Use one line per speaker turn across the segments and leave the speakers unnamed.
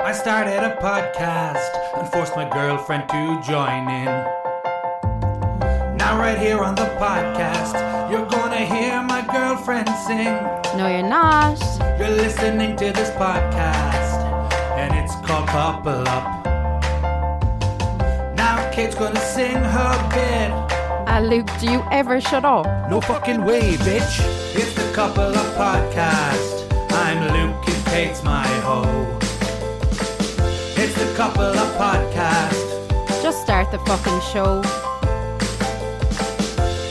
I started a podcast and forced my girlfriend to join in. Now, right here on the podcast, you're gonna hear my girlfriend sing.
No, you're not.
You're listening to this podcast, and it's called Couple Up. Now, Kate's gonna sing her bit.
Uh, Luke, do you ever shut up?
No fucking way, bitch. It's the Couple Up Podcast. I'm Luke, and Kate's my hoe. It's the Couple Up Podcast.
Just start the fucking show.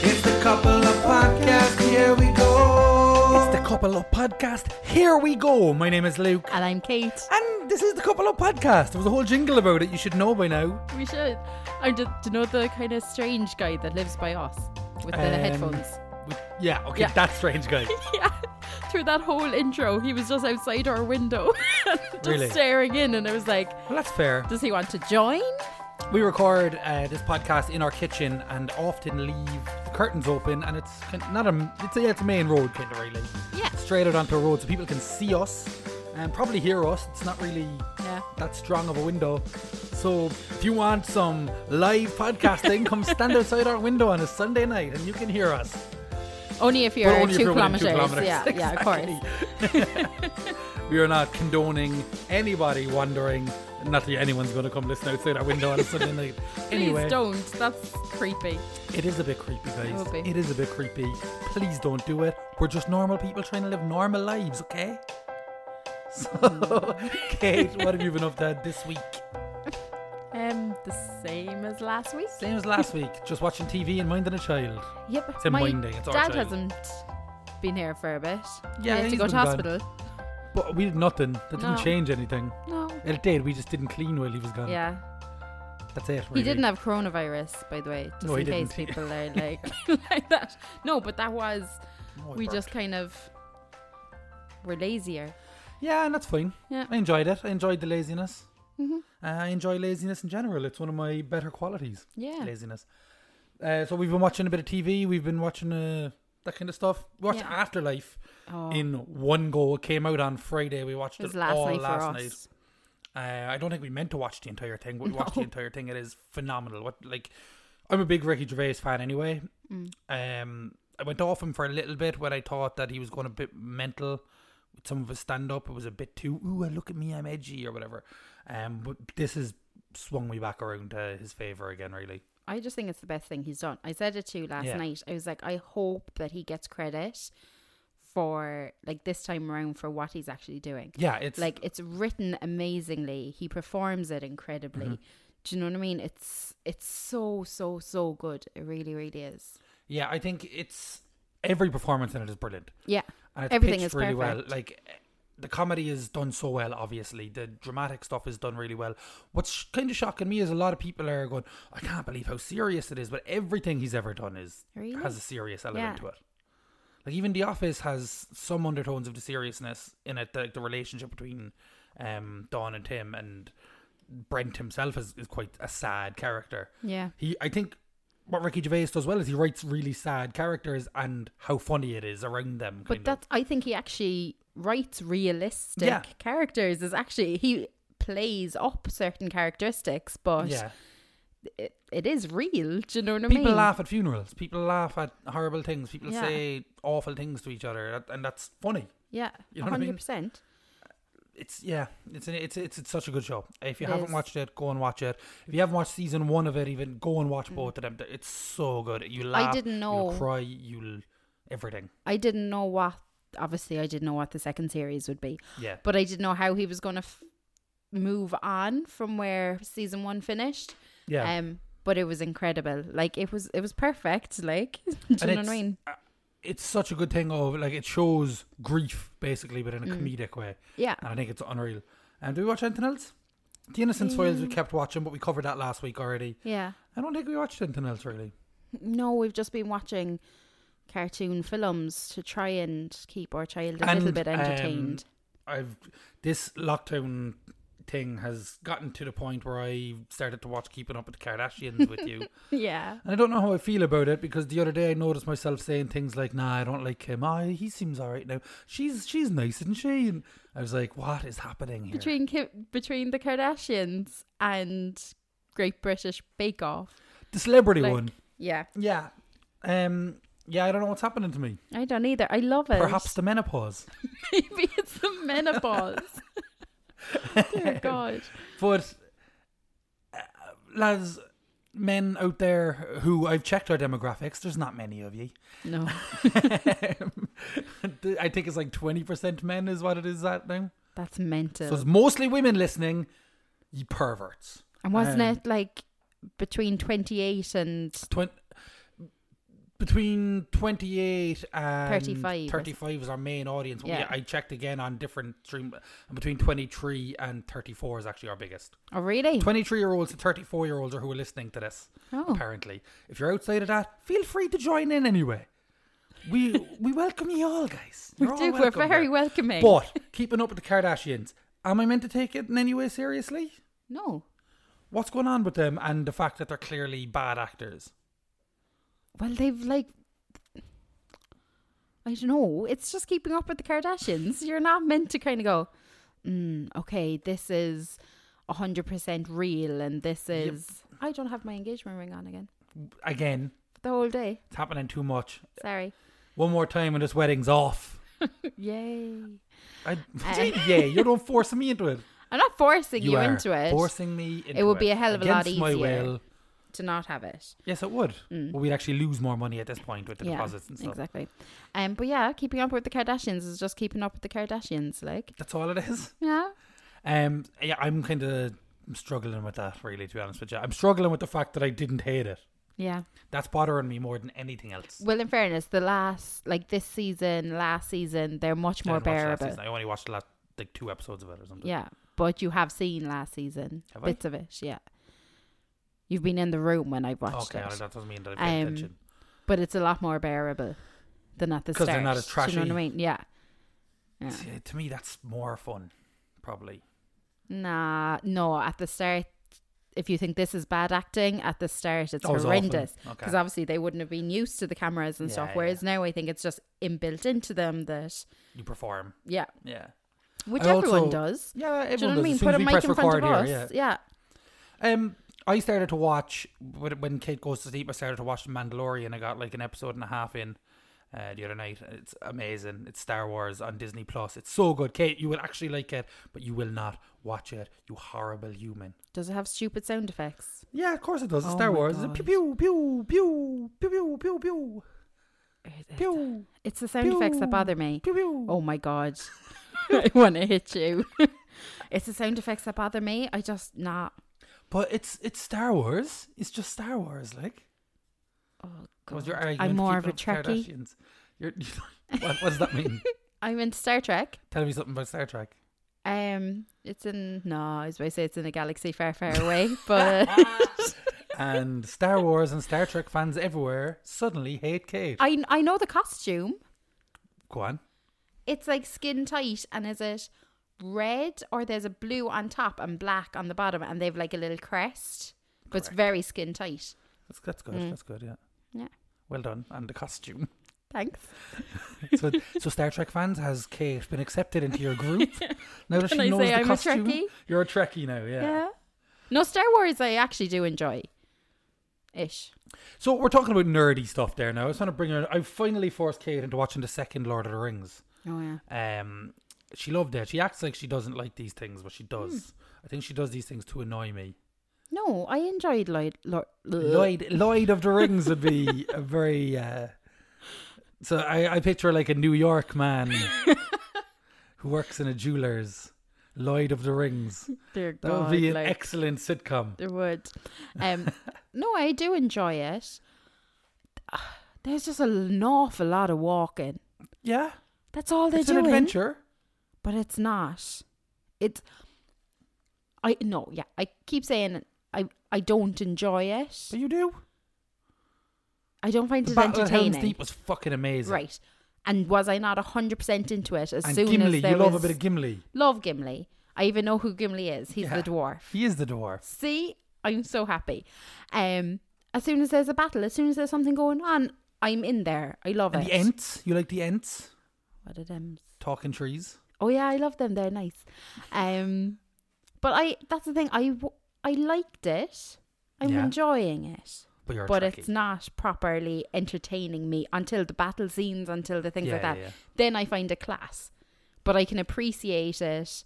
It's the couple of podcast. Here we go.
It's the Couple Up Podcast. Here we go. My name is Luke.
And I'm Kate.
And this is the Couple Up Podcast. There was a whole jingle about it. You should know by now.
We should. I'm just, do you know the kind of strange guy that lives by us with the
Um,
headphones?
We- Yeah, okay,
Yeah.
that's strange, guy.
Yeah. Through that whole intro, he was just outside our window, just
Really?
staring in, and I was like,
Well, that's fair.
"Does he want to join?"
We record uh, this podcast in our kitchen and often leave the curtains open, and it's kind not a. It's a, yeah, it's a main road, kind of really.
Yeah.
Straight out onto a road so people can see us and probably hear us. It's not really
Yeah.
that strong of a window. So if you want some live podcasting, come stand outside our window on a Sunday night and you can hear us.
Only if you're
We're only
two,
approved within
kilometers. Yeah, yeah, of course.
exactly. we are not condoning anybody wandering. Not that anyone's going to come listen outside our window on a Sunday night. Anyway,
Please don't. That's creepy.
it is a bit creepy, guys.
It will be.
it is a bit creepy. Please don't do it. We're just normal people trying to live normal lives, okay?
Hmm.
So, Kate, what have you been up to this week?
Um, the same as last week.
Same as last week, just watching TV and minding a child.
Yep.
It's a
my
mind thing, it's our
dad
child.
hasn't been here for a bit.
Yeah,
I had to
he's
go to
been gone.
hospital.
But we did nothing. That didn't
No.
change anything.
No.
It did. We just didn't clean while he was gone.
Yeah.
That's it. Really.
He didn't have coronavirus, by the way, just
No, he
in case
didn't.
people are like like that. No, but that was
Oh, it
we
worked.
just kind of were lazier.
Yeah, and that's fine.
Yeah.
I enjoyed it. I enjoyed the laziness.
Mm-hmm.
Uh, I enjoy laziness in general. It's one of my better qualities.
Yeah.
Laziness. Uh, so we've been watching a bit of TV. We've been watching uh, that kind of stuff. We watched
Yeah.
Afterlife
Oh,
in one go. It came out on Friday. We watched
it was
it
last
all
night for
last
us.
night. Uh, I don't think we meant to watch the entire thing, but we watched the
No.
entire thing. It is phenomenal. What like, I'm a big Ricky Gervais fan anyway.
Mm.
Um, I went off him for a little bit when I thought that he was going a bit mental with some of his stand up. It was a bit too ooh, look at me, I'm edgy or whatever. Um, but this has swung me back around to his favor again. Really,
I just think it's the best thing he's done. I said it to you last
Yeah.
night. I was like, I hope that he gets credit for like this time around for what he's actually doing.
yeah, it's
like it's written amazingly he performs it incredibly
Mm-hmm.
do you know what i mean it's it's so so so good it really really is
yeah. I think it's every performance in it is brilliant.
yeah
and it's
Everything
pitched
is
really well.
perfect.
Like eh, the comedy is done so well. Obviously, the dramatic stuff is done really well. What's sh- kind of shocking me is a lot of people are going, "I can't believe how serious it is," but everything he's ever done is
Really?
has a serious element
Yeah.
to it. Like even The Office has some undertones of the seriousness in it. Like the relationship between um, Don and Tim and Brent himself is, is quite a sad character.
yeah
He, I think, what Ricky Gervais does well is he writes really sad characters and how funny it is around them. kind
but
of.
that's i think he actually writes realistic
Yeah.
characters is actually he plays up certain characteristics but
yeah.
it, it is real do you know what i
People
mean
laugh at funerals. People laugh at horrible things. People
Yeah.
say awful things to each other, that- and that's funny.
yeah
You know what I mean?
100%
It's yeah, it's an, it's it's it's such a good show. If you
It
haven't
is.
watched it, go and watch it. If you haven't watched season one of it, even go and watch both of them. They're- It's so good. You laugh.
Mm. didn't
You'll
know.
cry. You'll everything.
i didn't know what obviously i didn't know what the second series would be
Yeah.
but I didn't know how he was going to f- move on from where season one finished.
Yeah.
Um, but it was incredible. Like it was, it was perfect. Like, do you know what
it's-
I mean?
uh, It's such a good thing of like it shows grief basically, but
Mm.
in a comedic way.
Yeah.
and I think it's unreal. And um, do we watch anything else? The
Um,
Innocence Files we kept watching, but we covered that last week already.
Yeah.
I don't think we watched anything else really.
No, we've just been watching cartoon films to try and keep our child a little
And,
bit entertained.
I've this lockdown thing has gotten to the point where I started to watch Keeping Up with the Kardashians with you.
Yeah.
And I don't know how I feel about it because the other day I noticed myself saying things like, "Nah, I don't like him. Ah, he seems all right now. She's she's nice, isn't she?" And I was like, "What is happening here?"
Between Ki- between the Kardashians and Great British Bake Off.
the celebrity
like-
one,
Yeah.
yeah, um, yeah. I don't know what's happening to me.
I don't either. I love it.
Perhaps the menopause.
maybe it's the menopause. Dear God.
But uh, lads, men out there who I've checked our demographics, there's not many of you.
No.
I think it's like twenty percent men is what it is that now.
That's mental.
So it's mostly women listening. You perverts.
and wasn't
um,
it like between 28 and
Twen- between 28 and
35,
35 was our main audience. Yeah.
Yeah.
I checked again on different stream. and Between 23 and 34 is actually our biggest.
Oh really?
23 year olds to 34 year olds are who are listening to this,
Oh.
apparently. If you're outside of that, feel free to join in anyway. We we welcome you all, guys.
We
You're all
do. We're
welcome
very
here.
welcoming.
But keeping up with the Kardashians, am I meant to take it in any way seriously?
no.
What's going on with them and the fact that they're clearly bad actors?
Well, they've like. I don't know. It's just keeping up with the Kardashians. You're not meant to kind of go, mm, okay, this is 100% real and this is. I don't have my engagement ring on again.
Again,
The whole day.
It's happening too much.
Sorry.
One more time and this wedding's off.
Yay.
I, yeah, you don't force me into it.
I'm not forcing Uh, you,
are
into it
Forcing me into it.
would be a hell of a lot
against my
easier.
will.
to not have it.
Yes, it would. But we'd actually lose more money at this point with the
yeah.
deposits and stuff.
Exactly. Um, but yeah, keeping up with the Kardashians is just keeping up with the Kardashians. Like,
That's all it is.
yeah.
Um, yeah, I'm kind of struggling with that, really, to be honest with you. I'm struggling with the fact that I didn't hate it.
Yeah.
That's bothering me more than anything else.
Well, in fairness, the last like this season, last season, they're much
I
more
didn't watch last
bearable.
season. I only watched the last like two episodes of it or something.
Yeah, but you have seen last season
Have I?
bits of it. Yeah, you've been in the room when I've watched
Okay,
it,
well, that doesn't mean that I paid
Um,
attention.
but it's a lot more bearable than at the
'Cause
start.
they're not as
Do you know what I mean? Yeah. Yeah.
See, to me, that's more fun, probably.
Nah, no. At the start, if you think this is bad acting, at the start it's
Oh, it's awful.
horrendous
Okay.
because obviously they wouldn't have been used to the cameras and stuff.
Yeah,
Whereas now, I think it's just inbuilt into them that
You perform.
yeah,
Yeah.
which
I also-
everyone does.
Yeah, everyone
Do you know
does.
what I mean?
As soon as
Put a
we
mic
press
in front
record
of us.
here,
yeah.
yeah. Um, I started to watch when when Kate goes to sleep. I started to watch The Mandalorian. I got like an episode and a half in uh, the other night. It's amazing. It's Star Wars on Disney Plus. It's so good, Kate. You will actually like it, but you will not watch it. You horrible human.
Does it have stupid sound effects?
Yeah, of course it does. It's
Oh
Star
my
Wars. It's a
God.
pew pew pew pew pew pew pew pew
It's the sound effects that bother me.
pew pew.
Oh my god. I want to hit you. it's the sound effects that bother me. I just not.
But it's it's Star Wars. It's just Star Wars, like.
Oh
That was
god.
your argument
I'm
to
more of
keep
a
it up with
Trekkie.
Kardashians. You're, what, what does that mean?
I'm into Star Trek.
Tell me something about Star Trek.
Um, it's in no. I was about to say it's in a galaxy far, far away, but
And Star Wars and Star Trek fans everywhere suddenly hate Kate.
I I know the costume.
Go on.
It's like skin tight, and is it red or there's a blue on top and black on the bottom, and they've like a little crest, but it's very skin tight.
That's, that's good. That's good, yeah.
Mm. Yeah.
Well done. And the costume.
Thanks.
So, so Star Trek fans, has Kate been accepted into your group? Now that
Can
she
I
knows
say
the
I'm a
costume,
Trekkie?
you're a Trekkie now. Yeah.
Yeah. No, Star Wars I actually do enjoy. Ish.
So we're talking about nerdy stuff there now. I just want to bring her. I finally forced Kate into watching the second Lord of the Rings.
Oh yeah.
Um, she loved it. She acts like she doesn't like these things, but she does.
Hmm.
I think she does these things to annoy me.
No, I enjoyed Lloyd. Lloyd.
Lloyd, Lloyd of the Rings would be a very. Uh, so I, I picture like a New York man who works in a jeweler's. Lloyd of the Rings.
Dear
That would
God,
be an
like,
excellent sitcom.
there would. Um, no, I do enjoy it. There's just an awful lot of walking.
Yeah,
That's all they're
it's an
doing.
adventure.
But it's not. It's. I no yeah. I keep saying I I don't enjoy it.
But you do.
I don't find
The
it
Battle of Helm's
entertaining.
Deep was fucking amazing.
Right. And was I not 100% into it as
And
soon
Gimli,
as there
you love
was-
a bit of Gimli.
love Gimli. I even know who Gimli is. He's
Yeah.
the dwarf.
He is the dwarf.
See, I'm so happy. Um, as soon as there's a battle, as soon as there's something going on, I'm in there. I love
And
it.
the Ents. You like the Ents?
What are them?
Talking trees.
Oh yeah, I love them. They're nice. Um, but I that's the thing. I w- I liked it. I'm
Yeah.
enjoying it.
But you're a
But
Trekkie.
it's not properly entertaining me until the battle scenes, until the things
Yeah,
like
yeah,
that.
yeah.
Then I find a class. But I can appreciate it.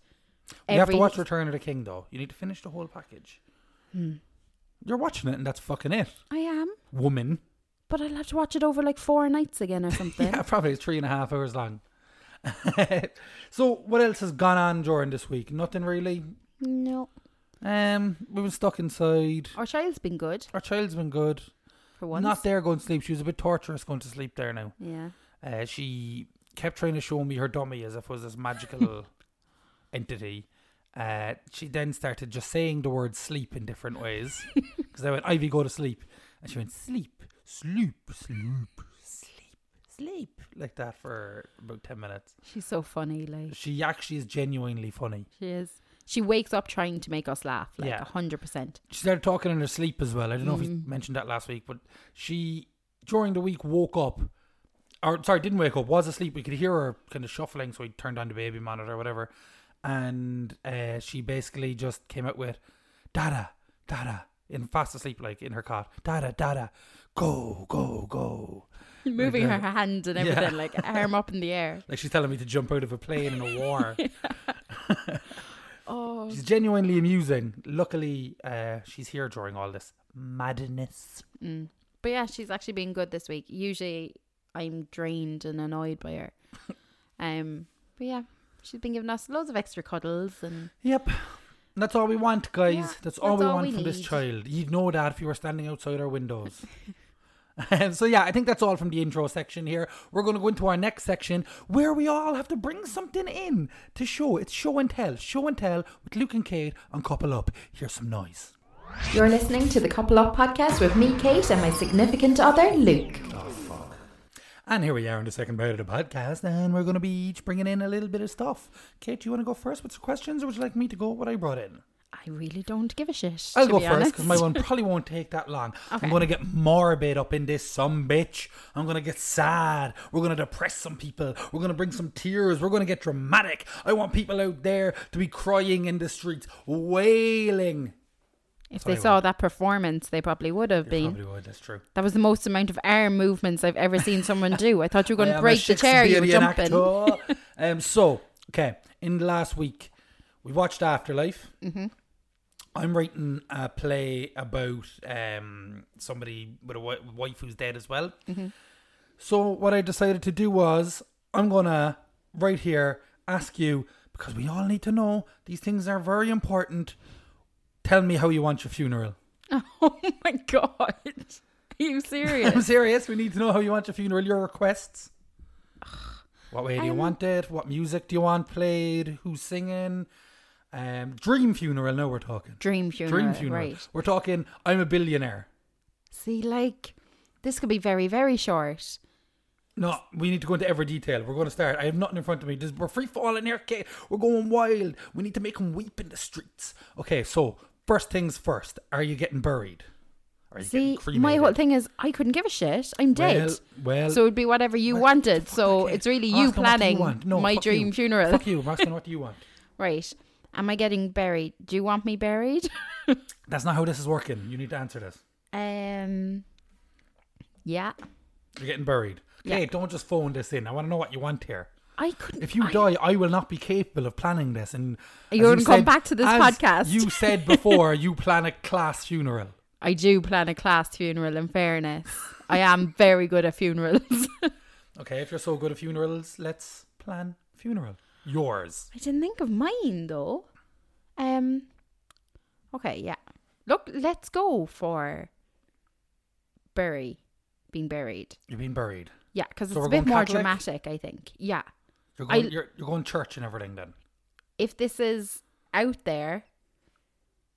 You have to
every-
watch Return of the King, though. You need to finish the whole package.
Hmm.
You're watching it, and that's fucking it.
I am.
Woman.
But I'll have to watch it over like four nights again or something.
Yeah, probably it's three and a half hours long. so, what else has gone on during this week? Nothing really.
No.
Um, we were stuck inside.
Our child's been good
Our child's been good.
for once.
Not there going to sleep. She was a bit torturous going to sleep there now.
Yeah.
Uh, she kept trying to show me her dummy as if it was this magical entity. Uh, she then started just saying the word sleep in different ways. Because I went, Ivy, go to sleep. And she went, sleep, sleep, sleep, sleep, sleep. Like that for about 10 minutes.
She's so funny, like
She actually is genuinely funny.
she is. She wakes up trying to make us laugh, like
Yeah.
a hundred percent.
She started talking in her sleep as well. I don't know if we mentioned that last week, but she during the week woke up, or sorry, didn't wake up, was asleep. We could hear her kind of shuffling, so we turned on the baby monitor or whatever, and uh, she basically just came out with "Dada, Dada" in fast asleep, like in her cot. "Dada, Dada, go, go, go!"
Moving her
that.
hand and
Yeah.
everything, like arm up in the air.
Like she's telling me to jump out of a plane in a war.
Oh
She's genuinely amusing. Luckily, uh, she's here during all this madness.
mm. But yeah, she's actually been good this week. Usually I'm drained and annoyed by her. Um but yeah, she's been giving us loads of extra cuddles and
Yep. That's all we want, guys.
Yeah,
that's, all we
that's all
want
we
from this
need.
child. You'd know that if you were standing outside our windows. Um, so yeah, I think that's all from the intro section here. We're going to go into our next section where we all have to bring something in to show. It's show and tell, show and tell with Luke and Kate on Couple Up. Here's some noise.
You're listening to the Couple Up podcast with me, Kate, and my significant other, Luke.
And here we are in the second part of the podcast, and we're going to be each bringing in a little bit of stuff. Kate, do you want to go first with some questions, or would you like me to go with what I brought in?
I really don't give a shit.
I'll
to
go
be
first because my
honest.
one probably won't take that long. I'm
Okay.
gonna get morbid up in this some bitch. I'm gonna get sad. We're gonna depress some people. We're gonna bring some tears. We're gonna get dramatic. I want people out there to be crying in the streets, wailing.
If
what
they
I
saw that performance, they probably would have been.
Probably would. That's true.
That was the most amount of arm movements I've ever seen someone do. I thought you were
I am
going to
a
break the chair you were
Shakespearean
jumping.
actor. um, so okay, in the last week, we watched Afterlife. Mm-hmm. I'm writing a play about um, somebody with a wi- wife who's dead as well. So what I decided to do was I'm gonna right here ask you because we all need to know these things are very important. Tell me how you want your funeral.
Oh my god! Are you
I'm
serious?
serious. We need to know how you want your funeral. Your requests. What way do you
Um,
want it? What music do you want played? Who's singing? Um, dream funeral. Now we're talking.
Dream funeral,
Dream funeral.
right?
We're talking. I'm a billionaire.
See, like this could be very, very short.
No, we need to go into every detail. We're going to start. I have nothing in front of me. This, we're free falling here, Kate. We're going wild. We need to make them weep in the streets. Okay, so first things first. Are you getting buried? Are you
See,
getting
my
cremated?
whole thing is I couldn't give a shit. I'm dead.
Well, well-
so it'd be whatever you
Well,
wanted.
fuck
So
that, Kate.
it's really
Ask
you
them, what do
planning
want? No,
my
fuck you.
dream funeral,
Fuck you. I'm asking what do you want?
right? Am I getting buried? Do you want me buried?
That's not how this is working. You need to answer this.
um, yeah.
You're getting buried.
Yeah.
Okay, don't just phone this in. I want to know what you want here.
I couldn't.
If you
I-
die, I will not be capable of planning this. And as
You're gonna come
said-
back to this
as
podcast.
You said before you plan a class funeral.
I do plan a class funeral, in fairness. I am very good at funerals.
Okay, if you're so good at funerals, let's plan funeral. Yours.
I didn't think of mine though. Um Okay, yeah. Look, let's go for bury being buried.
You're being buried.
Yeah, because
So
it's
we're
a bit
going
more
Catholic?
dramatic, I think. Yeah.
You're
I-
going, you're, you're going church and everything then.
If this is out there,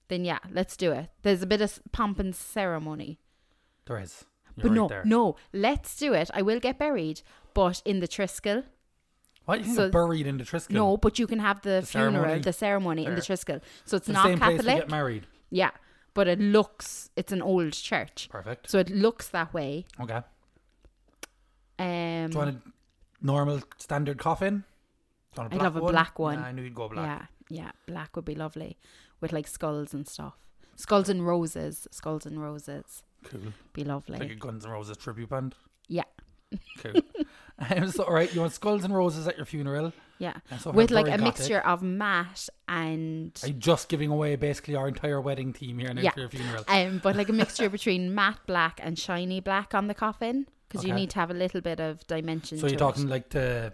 then yeah, let's do it. There's a bit of s- pomp and ceremony.
There is. You're
But
right
no,
there.
no, let's do it. I will get buried, but in the Triskel.
Why do you think
So-
it's buried in the Triskel?
No, but you can have the,
The
funeral,
ceremony?
the ceremony in the
There.
Triskel. So it's
It's the
not
same place to
Catholic.
get married.
Yeah, but it looks it's an old church,
Perfect.
so it looks that way.
Okay.
Um,
Do you want a normal standard coffin? Do you want
I'd love a black one.
Yeah, I knew you'd go black.
Yeah, yeah, black would be lovely with like skulls and stuff. Skulls and roses, skulls and roses,
Cool.
be lovely.
Like a Guns N' Roses tribute band.
yeah,
Cool. um, so, all right, you want skulls and roses at your funeral.
yeah,
And so if
with
I'm
like a
very gothic-
mixture of matte and
Are you just giving away basically our entire wedding team here now
Yeah.
for your funeral?
um, but like a mixture between matte black and shiny black on the coffin because you
Okay.
need to have a little bit of dimension.
So
to
you're
it.
talking like the,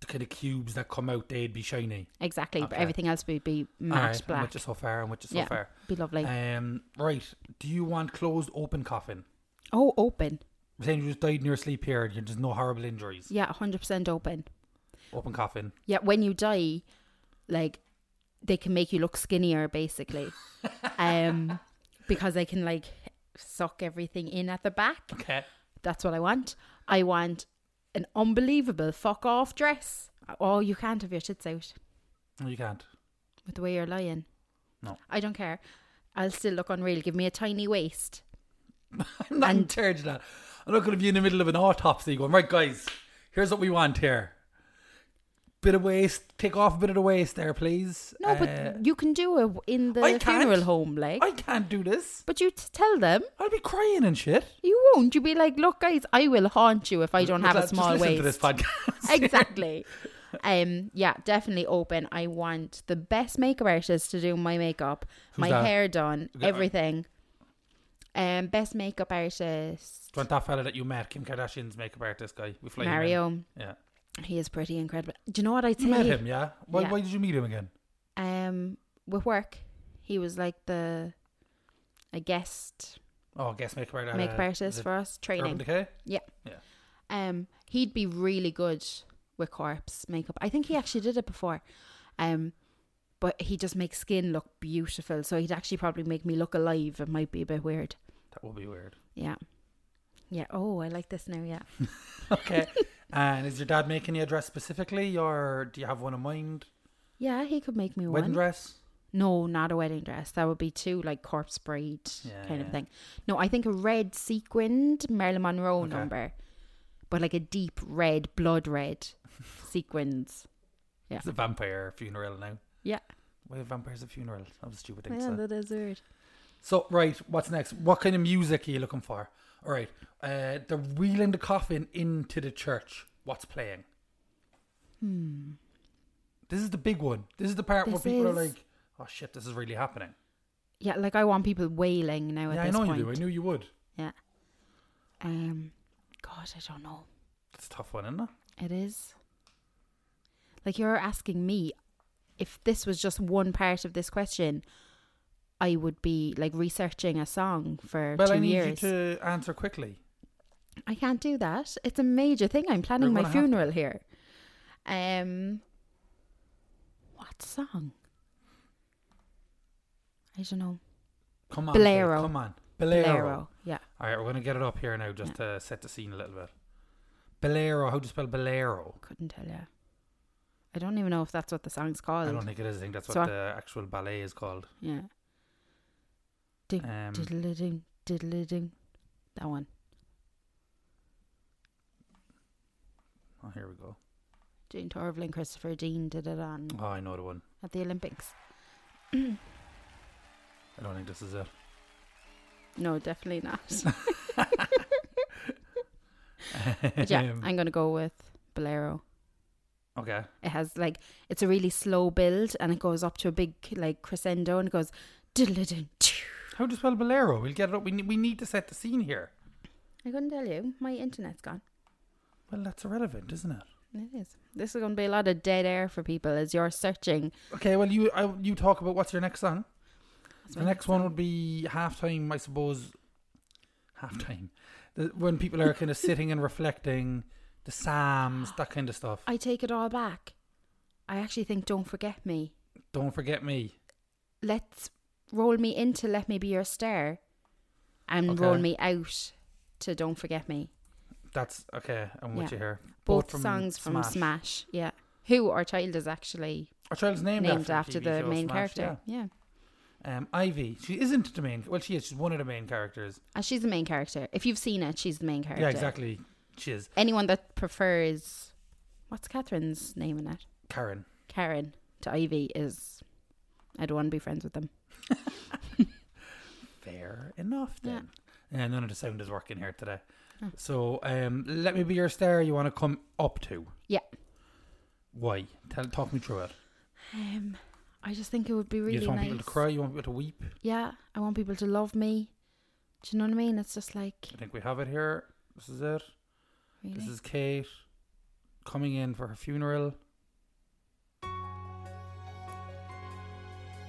the kind of cubes that come out, they'd be shiny.
exactly, but
Okay.
everything else would be
All
matte
right, I'm
black.
with you so far, I'm with you so
yeah,
far.
be lovely.
Um, right, do you want closed open coffin?
oh, open.
We're saying you just died in your sleep here and you- there's no horrible injuries.
Yeah, hundred percent open.
Open coffin.
Yeah, when you die, like they can make you look skinnier basically. um because they can like suck everything in at the back.
Okay.
That's what I want. I want an unbelievable fuck off dress. Oh, you can't have your tits out
No, you can't.
with the way you're lying.
No.
I don't care. I'll still look unreal. Give me a tiny waist.
I'm not in
And-
charge of that. I'm not going to be in the middle of an autopsy going, right, guys, here's what we want here. Bit of waste, take off a bit of the waist there, please.
No,
Uh,
but you can do it in the
I can't.
funeral home, like.
I can't do this.
but you t- tell them
I'll be crying and shit.
you won't. You be like, look, guys, I will haunt you if I don't have a
Just
small
listen
waist.
to this podcast.
exactly. Um, yeah, definitely open. I want the best makeup artist to do my makeup, my
that?
hair done,
Okay, I-
everything. Um, best makeup artist
Do you want that fella that you met, Kim Kardashian's makeup artist guy? We fly him in.
Mario.
Yeah.
He is pretty incredible. Do you know what I'd say?
You met him, yeah? Why,
Yeah.
why did you meet him again?
Um, with work, he was like the a guest
Oh, I guess makeup artist.
makeup
uh,
artist
is it
for us
Urban
training.
Decay?
Um, he'd be really good with corpse makeup. I think he actually did it before. Um, but he just makes skin look beautiful. So he'd actually probably make me look alive. It might be a bit weird.
That would be weird.
Yeah. Yeah. Oh, I like this now. Yeah.
Okay. and is your dad making you a dress specifically, or do you have one in mind?
Yeah, he could make me
Wedding
one.
dress?
No, not a wedding dress. That would be too like corpse bride
Yeah,
kind
yeah.
of thing. No, I think a red sequined Marilyn Monroe
Okay.
number, but like a deep red, blood red sequins.
It's a vampire funeral now.
Yeah.
Why are vampires at funerals? That was a stupid thing. to
Yeah,
say.
that is weird.
So right, what's next? What kind of music are you looking for? All right, uh, they're wheeling the coffin into the church. What's playing?
Hmm.
This is the big one. This is the part
This
where people are
is-
like, "Oh shit, this is really happening."
Yeah, like I want people wailing now at
yeah, I
this
know
point.
you do. I knew you would.
Um, God, I don't know.
It's a tough one, isn't it?
It is. Like you're asking me if this was just one part of this question, I would be like researching a song for
Well,
two
I need
years.
you to answer quickly.
I can't do that. It's a major thing. I'm planning
We're
my
gonna have to.
funeral here. Um, what song? I don't know.
Come on, Kate,
Bolero.
Come on, Bolero.
Bolero. Yeah.
All right, we're gonna get it up here now, just to set the scene a little bit. Bolero. How do you spell Bolero?
Couldn't tell you. I don't even know if that's what the song's called.
I don't think it is. I think that's what
So I-
the actual ballet is called.
Yeah. Ding,
Um,
diddle ding, diddle ding. That one.
oh, here we go.
Jane Torval and Christopher Dean did it on
Oh, I know the one.
at the Olympics.
I don't think this is it.
No, definitely not. But yeah,
Um,
I'm gonna go with Bolero.
okay.
It has like it's a really slow build and it goes up to a big like crescendo and it goes diddle ding.
How do you spell Bolero? We'll get it up. We need, we need to set the scene here.
I couldn't tell you. My internet's gone.
Well, that's irrelevant, isn't it?
It is. This is gonna be a lot of dead air for people as you're searching.
Okay. Well, you I, you talk about what's your next song. the
my
next one would be halftime, I suppose. Halftime, The- when people are kind of sitting and reflecting, the Psalms, that kind of stuff.
I take it all back. I actually think "Don't Forget Me."
Don't forget me.
let's roll me into let me be your star and
Okay.
roll me out to don't forget me
That's okay. I'm with
Yeah.
you here.
Both, songs from Smash. Yeah. Who our child is actually
Our child's named,
named
after,
after
the TV
the
show
main
Smash,
character. Yeah.
Yeah. Um, Ivy. She isn't the main. Well, she is. She's one of the main characters.
And she's the main character. If you've seen it, she's the main character.
Yeah, exactly. She is
Anyone that prefers what's Catherine's name in it?
Karen.
Karen to Ivy is I don't want to be friends with them.
Fair enough
Yeah.
then. Yeah. none of the sound is working here today.
Oh.
So, um, let me be your star. You want to come up to?
Yeah.
Why? Tell, talk me through it.
Um I just think it would be really
you just want
nice.
people to cry. You want people to weep.
Yeah, I want people to love me. Do you know what I mean? It's just like
I think we have it here. This is it.
really.
This is Kate coming in for her funeral.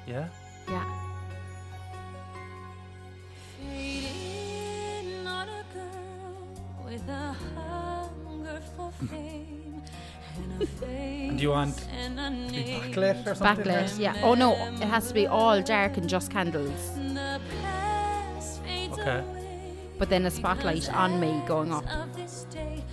Yeah.
yeah.
Faded, not a girl with a hunger for fame and a face.
Do you want
and a
to be
name.
backlit or something?
Backlit, yeah. Oh no, it has to be all dark and just candles.
The past fades
Okay.
away
But then a spotlight on me going up.
of this day.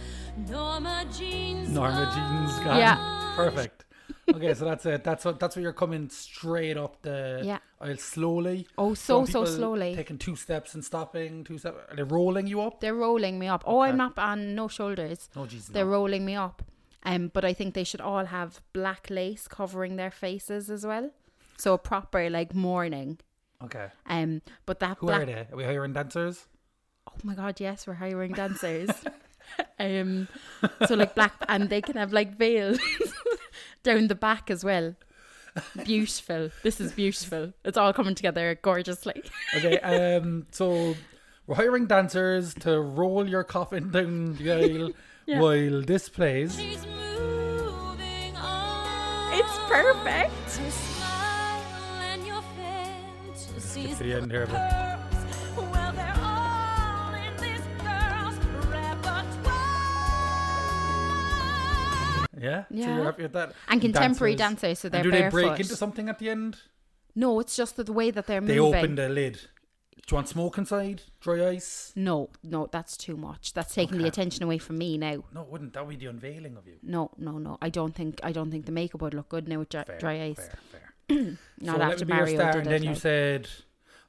Norma jeans.
Norma Jean's gone.
Ah. Yeah.
Perfect. Okay, so that's it. That's what that's what you're coming straight up the
Yeah.
aisle slowly.
Oh, so,
Some
so
people
slowly.
Taking two steps and stopping, two steps. Are they rolling you up?
They're rolling me up. Oh,
Okay.
I'm not on no shoulders.
No, Jesus.
They're
no.
rolling me up. Um, but I think they should all have black lace covering their faces as well. So a proper like mourning.
Okay.
Um, but that
Who
black.
are they? Are we hiring dancers?
Oh my god, yes, we're hiring dancers. um, so like black, and they can have like veils down the back as well. Beautiful. This is beautiful. It's all coming together gorgeously.
Okay. Um. so we're hiring dancers to roll your coffin down the aisle
Yeah.
while this plays.
She's moving on.
It's perfect.
To smile and your fantasies
to the end here, but-
curls. Well, they're all in this girl's repertoire.
Yeah. So
Yeah.
you're happy with that?
And contemporary
Dancers.
dancers, so
And
they're
do they
barefoot.
break into something at the end?
No, it's just that the way that they're
They
moving.
open the lid. Do you want smoke inside? Dry ice?
No, no, that's too much. That's taking the
Okay.
attention away from me now.
No, it wouldn't. That would be the unveiling of you.
No, no, no. I don't think I don't think the makeup would look good now with dry,
Fair,
dry ice.
Fair, fair.
Not
so let
after
me be your
Mario
star,
did
and
it.
then you
like.
said,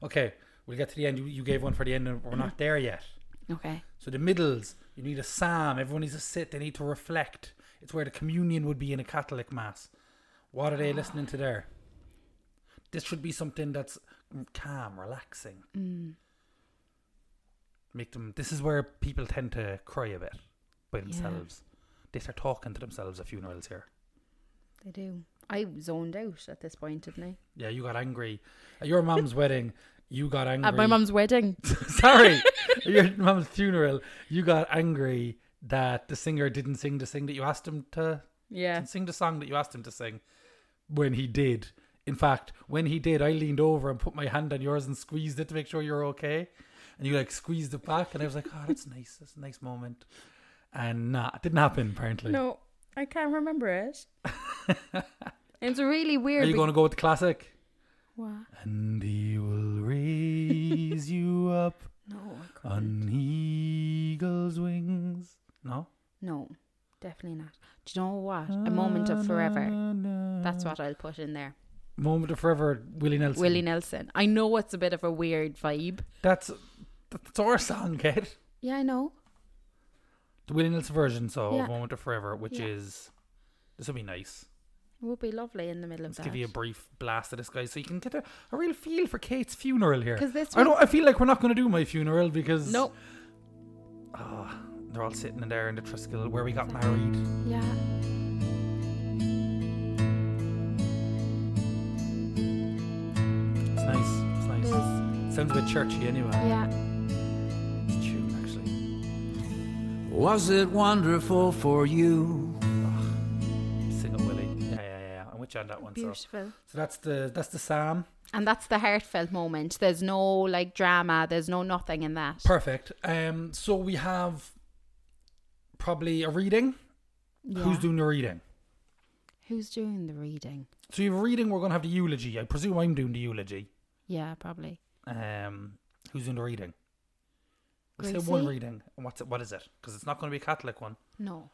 "Okay, we'll get to the end." You, you gave one for the end, and we're not there yet.
okay.
So the middles, you need a psalm. Everyone needs to sit. They need to reflect. It's where the communion would be in a Catholic mass. What are they listening to there? This should be something that's calm, relaxing.
Mm.
Make them. This is where people tend to cry a bit by themselves. They start talking to themselves at funerals here.
They do. I zoned out at this point, didn't I?
Yeah, you got angry at your mom's wedding. You got angry
At my mum's wedding.
Sorry, your mom's funeral. You got angry that the singer didn't sing the sing that you asked him to
Yeah.
didn't sing the song that you asked him to sing. When he did, in fact, when he did, I leaned over and put my hand on yours and squeezed it to make sure you're okay. And you like squeezed it back, and I was like, "Oh, that's nice. That's a nice moment." And nah, it didn't happen. Apparently,
No, I can't remember it. it's really weird.
are you
be-
going to go with the classic?
Wha-
And he will raise you up
No,
Oh,
I couldn't.
on eagle's wings. No.
no, definitely not. Do you know what? A moment of forever. That's what I'll put in there.
Moment of Forever, Willie Nelson.
Willie Nelson. I know it's a bit of a weird vibe.
That's that's our song, Kate.
Yeah, I know.
The Willie Nelson version, so
Yeah.
of Moment of Forever, which
Yeah.
is this would be nice.
It would be lovely in the middle of
Let's
that.
give you a brief blast of this guy, so you can get a, a real feel for Kate's funeral here.
'Cause this
I don't. I feel like we're not going to do my funeral because
Nope.
Ah, they're all sitting in there in the Triskel where we got married.
Yeah.
It's nice. It's nice.
It is.
Sounds a bit churchy anyway.
Yeah.
It's a tune actually.
Was it wonderful for you?
Sing it, Willie. Yeah, yeah, yeah. yeah. I'm with you on that one. So.
Beautiful.
so that's the that's the Sam.
And that's the heartfelt moment. There's no like drama. There's no nothing in that.
Perfect. Um, so we have probably a reading.
Yeah.
Who's doing the reading?
Who's doing the reading?
So you have a reading. We're going to have the eulogy. I presume I'm doing the eulogy.
Yeah, probably.
Um, who's doing the reading? Say one
Gracie?
reading. And what's it? What is it? Because it's not going to be a Catholic one.
No.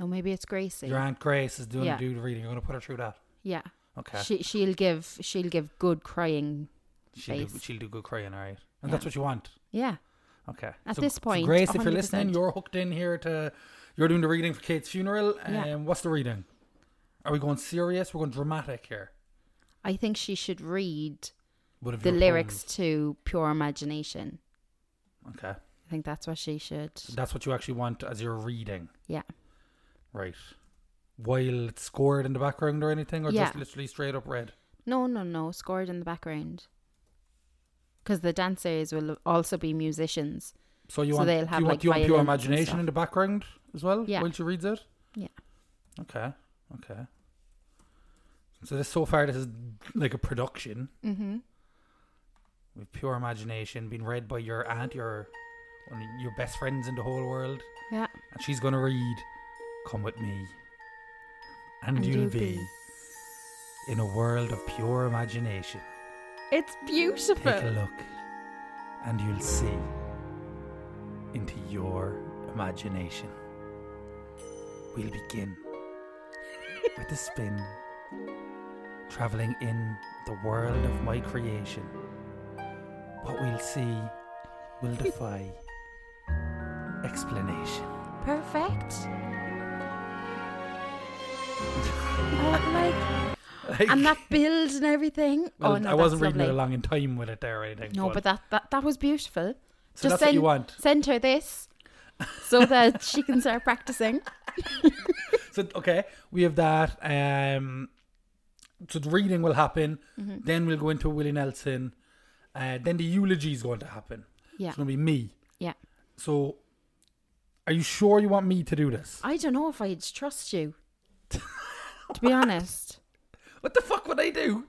No, maybe it's Gracie.
Your aunt Grace is doing
Yeah.
do the reading. You're going to put her through that.
Yeah.
Okay.
She she'll give she'll give good crying.
she'll, do,
face.
she'll do good crying, all right. And
Yeah.
that's what you want.
Yeah.
Okay.
At this point,
Grace, if you're listening,
100%.
you're hooked in here to. You're doing the reading for Kate's funeral. Um,
Yeah.
What's the reading? Are we going serious? We're going dramatic here.
I think she should read
What have
the
your
lyrics to Pure Imagination.
poem- Okay.
I think that's what she should.
So that's what you actually want as you're reading,
Yeah.
right? While it's scored in the background or anything, or just
Yeah.
literally straight up read.
No, no, no. Scored in the background. Because the dancers will also be musicians.
So you
So
want
they'll
do
have,
you want
like,
do you want pure
violins and
imagination
stuff.
in the background as well
Yeah.
while she reads it.
Yeah.
Okay. Okay. So this so far this is like a production
Mm-hmm.
with pure imagination being read by your aunt, your one of your best friends in the whole world,
Yeah.
and she's gonna read, "Come with me, and,
And
you'll
you'll
be, in a world of pure imagination.
It's
Take a
beautiful.
look, and you'll see into your imagination. We'll begin with a spin, traveling in the world of my creation. What we'll see will defy explanation.
Perfect. Oh, like, and that build and everything.
Well,
oh no,
I wasn't
that's
reading it
lovely.
along in time with it there or anything.
No, but that that, that was beautiful.
so that's what you want.
Send her this so that she can start practicing.
So okay, we have that. Um, so the reading will happen.
Mm-hmm.
Then we'll go into Willie Nelson. Uh, then the eulogy is going to happen.
Yeah.
It's going to be me.
Yeah.
So, are you sure you want me to do this?
I don't know if I'd trust you. to be honest,
What the fuck would I do?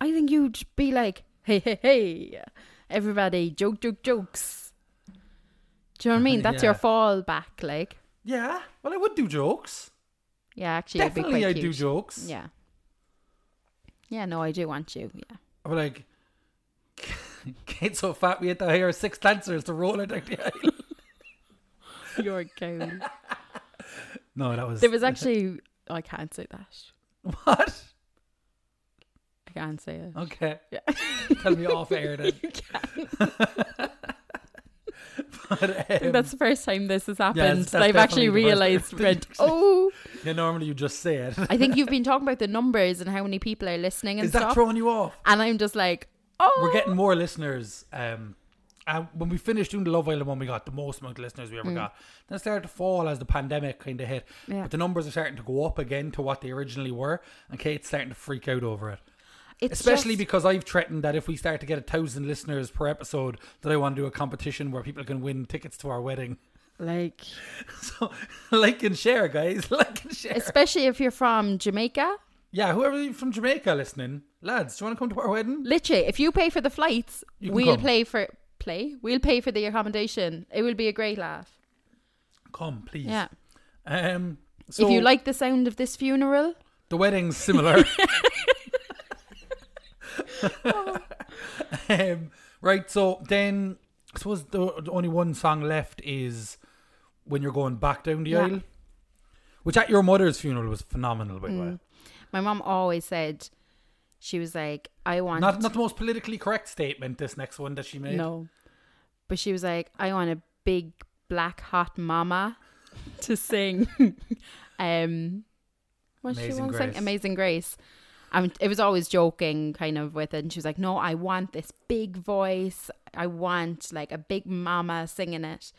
I think you'd be like, hey, hey, hey, everybody, joke, joke, jokes. Do you know what I mean? That's your
Yeah.
fallback, like.
Yeah. Well, I would do jokes.
Yeah, actually, it'd be
Definitely,
quite
I'd
cute.
do jokes.
Yeah. Yeah, no, I do want you. Yeah.
i would be like, Kate's so fat we had to hire six dancers to roll her down the aisle.
You're going.
No, that was
There was actually, oh, I can't say that.
what?
I can't say it.
Okay.
Yeah.
Tell me off air then.
You can't.
But, um,
That's the first time this has happened.
that's
I've actually
definitely the
realised,
first-
Brent. Oh,
yeah, normally you just say it.
I think you've been talking about the numbers and how many people are listening and
Is that
stuff.
throwing you off?
And I'm just like, oh,
We're getting more listeners. Um, and when we finished doing the Love Island one, we got the most amount of listeners we ever got. Then it started to fall as the pandemic kind of hit.
Mm. Yeah.
But the numbers are starting to go up again to what they originally were, and Kate's starting to freak out over it.
It's
Especially
just-
because I've threatened that if we start to get a thousand listeners per episode, that I want to do a competition where people can win tickets to our wedding.
like,
So like and share, guys. Like and share.
especially if you're from Jamaica.
yeah, whoever from Jamaica listening, lads, do you want to come to our wedding?
Literally, if you pay for the flights,
You can
we'll
come.
pay for play. We'll pay for the accommodation. It will be a great laugh.
Come, please.
Yeah.
Um. So
if you like the sound of this funeral,
the wedding's similar. um, right. So then, I suppose the, the only one song left is when you're going back down the
Yeah.
aisle, which at your mother's funeral was phenomenal, by the
Mm,
way.
my mom always said, she was like, I want
Not not the most politically correct statement. This next one that she made.
No. But she was like, I want a big black hot mama to sing. um what did she
Amazing
want to sing?
Grace.
Amazing Grace. Um, it was always joking kind of with it. And she was like, No, I want this big voice. I want like a big mama singing it.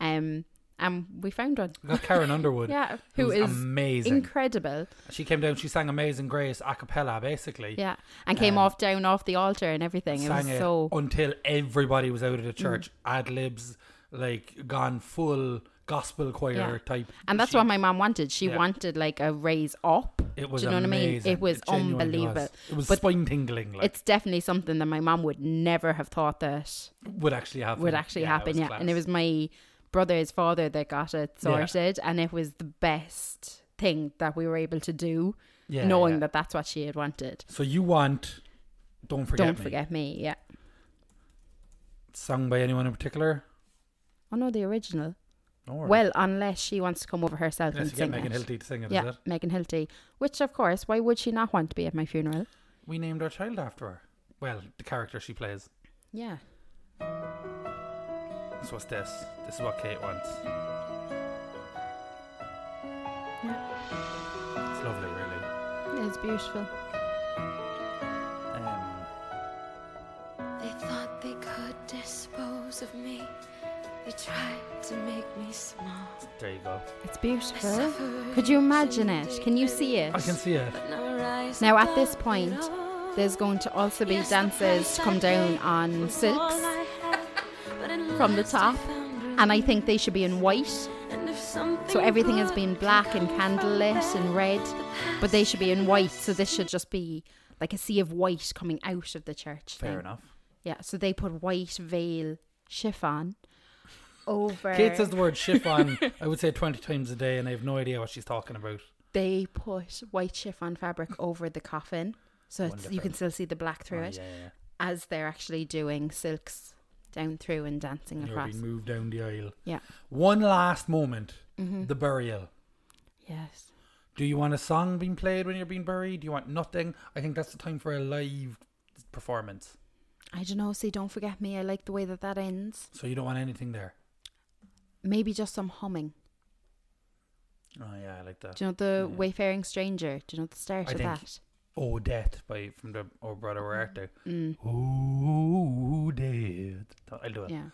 Um and we found one.
We got Karen Underwood.
Yeah. Who
who's
is
amazing?
incredible.
she came down. She sang "Amazing Grace" a cappella, basically.
Yeah. And came
Um,
off down off the altar and everything. It was
sang it
so Mm.
until everybody was out of the church. Ad libs, like gone full gospel choir
Yeah.
type.
And that's
she-
what my mom wanted. She
Yeah.
wanted like a raise up.
It was
Do you know what I mean?
amazing.
It was
genuinely
unbelievable.
was. It was
But
spine tingling. Like,
It's definitely something that my mom would never have thought that
would actually happen.
would actually
Yeah, it
happen.
was
Yeah. And it
class.
was my brother's father that got it
Yeah.
sorted. And it was the best thing that we were able to do,
Yeah,
knowing
yeah.
that that's what she had wanted.
So you want? Don't forget.
Don't
Me.
forget me. Yeah.
Sung by anyone in particular?
Oh no, the original.
No, or-
Well, unless she wants to come over herself
unless
and
you get
sing
Megan
it.
Hilty to sing it, is
yeah,
it?
Megan Hilty. Which, of course, why would she not want to be at my funeral?
We named our child after her. Well, the character she plays.
Yeah.
This what's this. This is what Kate wants. It's lovely, really.
It's beautiful.
Um,
They thought they could dispose of me. They tried to make me small.
there you go.
It's
I
beautiful.
suffered
Could you imagine
indeed,
it? Can you see it?
I can see it.
but now I rise
Now, at
above
this
it
point,
all.
There's going to also be
Yes, the
dancers
price
to
I
come down
paid
on
was
silks,
all I had, but at
from the
last I
top,
found room.
and I think they should be in white.
And if something
So everything has
good
been
can
black and
come
candlelit
from
and
that,
red,
the
but they
past
should be
can
in white.
last.
So this should just be like a sea of white coming out of the church.
Fair
thing.
enough.
Yeah. So they put white veil chiffon over.
Kate says the word chiffon, I would say 20 times a day, and I have no idea what she's talking about.
they put white chiffon fabric over the coffin, so it's, you can
Wonderful.
still see the black through
Oh,
it
yeah, yeah.
as they're actually doing silks down through and dancing
And you're
across.
being moved down the aisle.
Yeah.
One last moment
Mm-hmm.
the burial.
Yes.
Do you want a song being played when you're being buried? Do you want nothing? I think that's the time for a live performance.
I don't know. See, don't forget me. I like the way that that ends.
So you don't want anything there.
Maybe just some humming.
Oh, yeah, I like that.
Do you know the Wayfaring Stranger? Do you know the start
I
of
think-
that?
Oh, Death by from the Oh Brother
Mm-hmm.
Where Art Thou?
Mm,
Oh, Death. I'll do it.
Yeah.